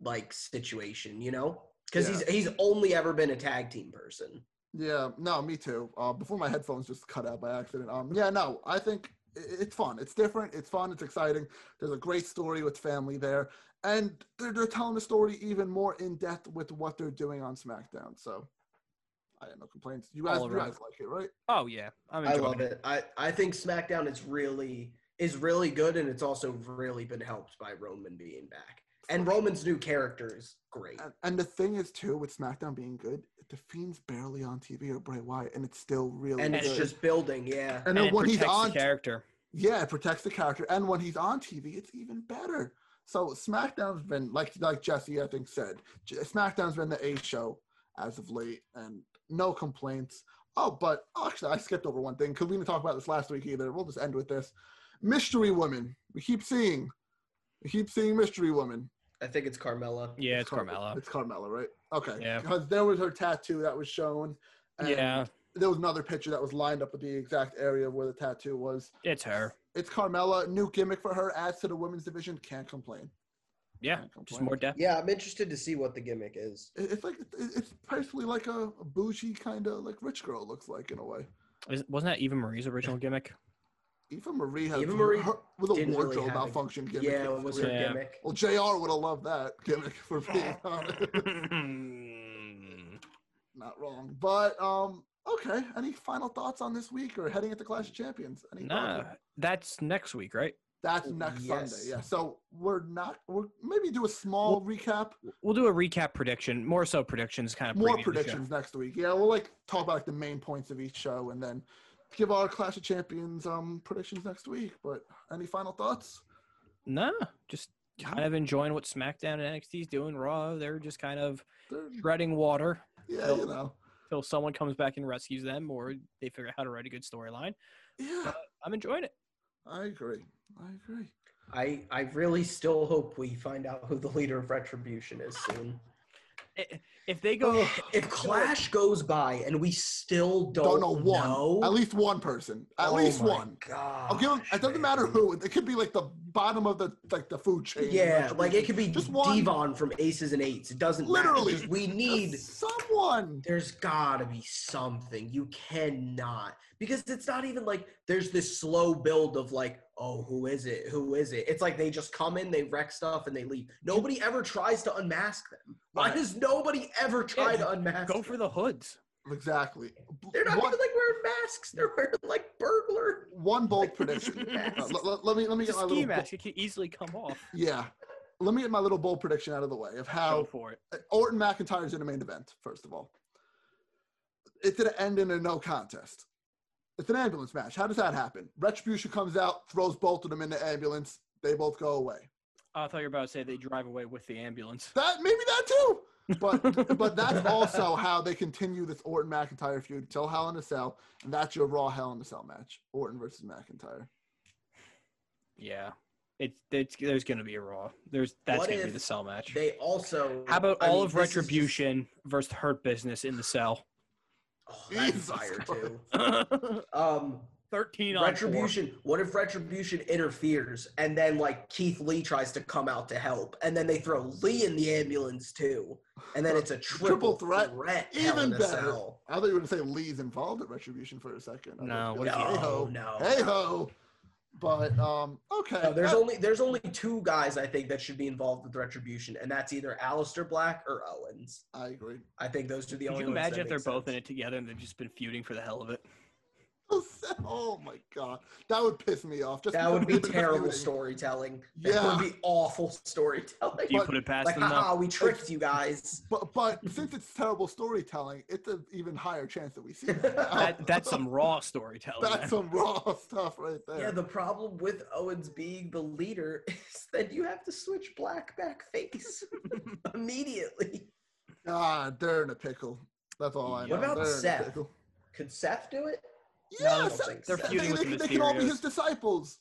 C: like situation, you know, because he's he's only ever been a tag team person.
A: Yeah, no, me too. Uh, before my headphones just cut out by accident. Um, yeah, no, I think i- it's fun. It's different. It's fun. It's exciting. There's a great story with family there, and they're, they're telling the story even more in depth with what they're doing on SmackDown. So, I have no complaints. You guys,
B: All
A: you
B: around.
A: guys like it, right?
B: Oh yeah, I'm
C: I
B: enjoying
C: love it. I, I think SmackDown is really is really good, and it's also really been helped by Roman being back. And Roman's new character is great.
A: And, and the thing is too, with SmackDown being good, the Fiend's barely on TV or Bray Wyatt, and it's still really
C: And
A: good.
C: it's just building, yeah.
A: and
B: And
A: then
B: it
A: when he's
B: protects the
A: on,
B: character.
A: Yeah, it protects the character, and when he's on TV, it's even better. So SmackDown's been like like Jesse I think said, J- SmackDown's been the A show as of late, and no complaints. Oh, but actually, I skipped over one thing because we didn't talk about this last week either. We'll just end with this: Mystery Woman. We keep seeing, we keep seeing Mystery Woman.
C: I think it's Carmella.
B: Yeah, it's
A: Car-
B: Carmella.
A: It's Carmella, right? Okay.
B: Yeah.
A: Because there was her tattoo that was shown.
C: Uh,
A: And
B: Yeah,
A: There was another picture that was lined up with the exact area where the tattoo was.
B: it's her.
A: It's Carmella. New gimmick for her. Adds to the women's division. Can't complain.
B: Yeah,
A: Can't
B: just
A: complain.
B: more depth.
C: Yeah, I'm interested to see what the gimmick is.
A: It- It's like it- it's basically like a, a bougie kind of like rich girl looks like in a way.
B: Is- Wasn't that Eva Marie's original gimmick?
A: Eva Marie has
C: Eva Marie
A: her, with a
C: didn't really
A: wardrobe
C: have a-
A: malfunction gimmick.
C: yeah, it was her
B: Yeah.
C: gimmick.
A: Well, Jr. would have loved that gimmick for being honest.
B: Hmm.
A: Not wrong, but um, okay. Any final thoughts on this week or heading into Clash of Champions? Any
B: nah,
A: thoughts?
B: that's next week, right?
A: That's next
C: Yes.
A: Sunday. Yeah. So we're not. We're maybe do a small recap.
B: We'll do a recap prediction, more so predictions, kind of
A: more predictions next week. Yeah, we'll like talk about like, the main points of each show and then give our Clash of Champions um predictions next week. But any final thoughts?
B: No, just kind of enjoying what SmackDown and NXT's doing. Raw, they're just kind of
A: They're-
B: treading water
A: Yeah,
B: No.
A: you know.
B: till someone comes back and rescues them, or they figure out how to write a good storyline.
A: Yeah,
B: I'm enjoying it.
A: I agree. I agree.
C: I I really still hope we find out who the leader of Retribution is soon.
B: I- If they go,
C: If Clash goes by and we still don't,
A: Don't know one.
C: know-
A: At least one person. At
C: Oh
A: least
C: my
A: one.
C: Gosh,
A: I'll give 'em- It doesn't matter
C: man.
A: who. It could be like the bottom of the like the food chain.
C: Yeah, like it
A: could
C: could be
A: Just one.
C: Devon from Aces and Eights. It doesn't
A: Literally.
C: matter. Just We need.
A: someone.
C: There's gotta be something. You cannot because it's not even like there's this slow build of like, oh, who is it? Who is it? It's like they just come in, they wreck stuff, and they leave. Nobody ever tries to unmask them. Why
A: Right.
C: does nobody ever try
B: Yeah,
C: to unmask?
B: go
C: them?
B: for the hoods.
A: Exactly.
C: They're not
A: one,
C: even like wearing masks. They're wearing like burglar.
A: one bold prediction. Uh,
C: masks.
A: let, let- let me let me
B: It's
A: get
B: a
A: my
B: ski
A: little bo-
B: mask. It can easily come off.
A: yeah. Let me get my little bold prediction out of the way of how
B: Go for it.
A: Orton McIntyre's in the main event, first of all. It's going to end in a no contest. It's an ambulance match. How does that happen? Retribution comes out, throws both of them in the ambulance. They both go away.
B: Oh, I thought you were about to say they drive away with the ambulance.
A: That maybe that too. But but that's also how they continue this Orton McIntyre feud till Hell in a Cell, and that's your Raw Hell in a Cell match: Orton versus McIntyre.
B: Yeah, it's, it's there's gonna be a raw. There's that's
C: What
B: gonna be
C: if
B: the cell match.
C: They also.
B: How about
C: I
B: all
C: mean,
B: of
C: this is just-
B: Retribution versus Hurt Business in the cell?
C: Oh, that'd be
A: Jesus
C: fire too.
B: Thirteen
C: Um,
B: on
C: retribution. What if retribution interferes and then like Keith Lee tries to come out to help and then they throw Lee in the ambulance too and then it's a triple,
A: threat.
C: hell
A: Even
C: in a
A: better.
C: cell.
A: I thought you were going to say Lee's involved at Retribution for a second.
B: No, what if he-
A: hey-ho.
C: No, no.
A: Hey-ho. But um, okay.
C: No, there's
A: that-
C: only there's only two guys I think that should be involved with retribution and that's either Alistair Black or Owens.
A: I agree.
C: I think those are the
B: Could
C: only.
B: you
C: ones
B: imagine
C: that
B: if they're
C: make
B: both in it
C: sense.
B: together and they've just been feuding for the hell of it?
A: Oh my god, that would piss me off. Just
C: That would be
A: because they've been
C: terrible
A: feuding.
C: storytelling.
A: Yeah.
C: That would be awful storytelling.
B: Do you
A: But-
B: put it past
C: like,
B: them though?
C: haha, we tricked you guys.
A: But but since it's terrible storytelling, it's an even higher chance that we see. it now.
B: That, that's some raw storytelling.
A: that's
B: man.
A: some raw stuff right there.
C: Yeah, the problem with Owens being the leader is that you have to switch black back face immediately.
A: God, they're in a pickle. That's all I
B: What
A: know.
C: about
A: they're in a
C: Seth?
A: pickle.
C: Could Seth do it?
A: Yeah,
C: I don't
A: Seth- they
C: think
B: They're
C: so.
A: they,
B: feuding with
A: they
B: the
A: can all be
B: Mysterios.
A: his disciples.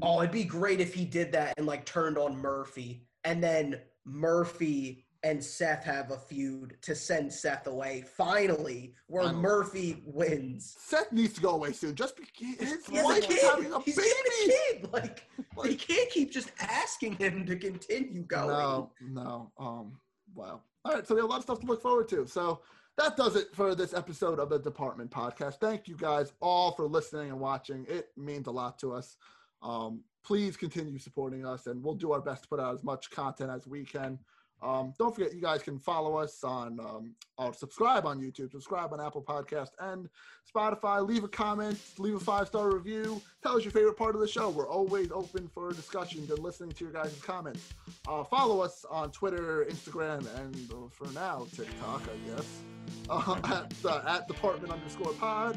C: Oh, it'd be great if he did that and like turned on Murphy, and then Murphy and Seth have a feud to send Seth away. Finally, where
A: Finally.
C: Murphy wins.
A: Seth needs to go away soon. Just because his
C: He has a
A: wife is
C: kid.
A: having a
C: He's
A: baby.
C: getting a kid. Like, they
A: Like-
C: can't keep just asking him to continue going.
A: No, no. Um, wow. All right, so we have a lot of stuff to look forward to. So that does it for this episode of the Department Podcast. Thank you guys all for listening and watching. It means a lot to us. Um, please continue supporting us, and we'll do our best to put out as much content as we can. Um, don't forget, you guys can follow us on, um, or subscribe on YouTube, subscribe on Apple Podcast and Spotify. Leave a comment, leave a five star review. Tell us your favorite part of the show. We're always open for discussions and listening to your guys' comments. Uh, follow us on Twitter, Instagram, and uh, for now TikTok, I guess, uh, at, uh, at Department underscore Pod.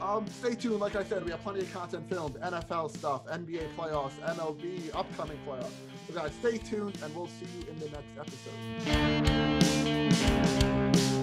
A: Um, stay tuned. Like I said, we have plenty of content filmed: NFL stuff, NBA playoffs, MLB, upcoming playoffs. So, guys, stay tuned, and we'll see you in the next episode.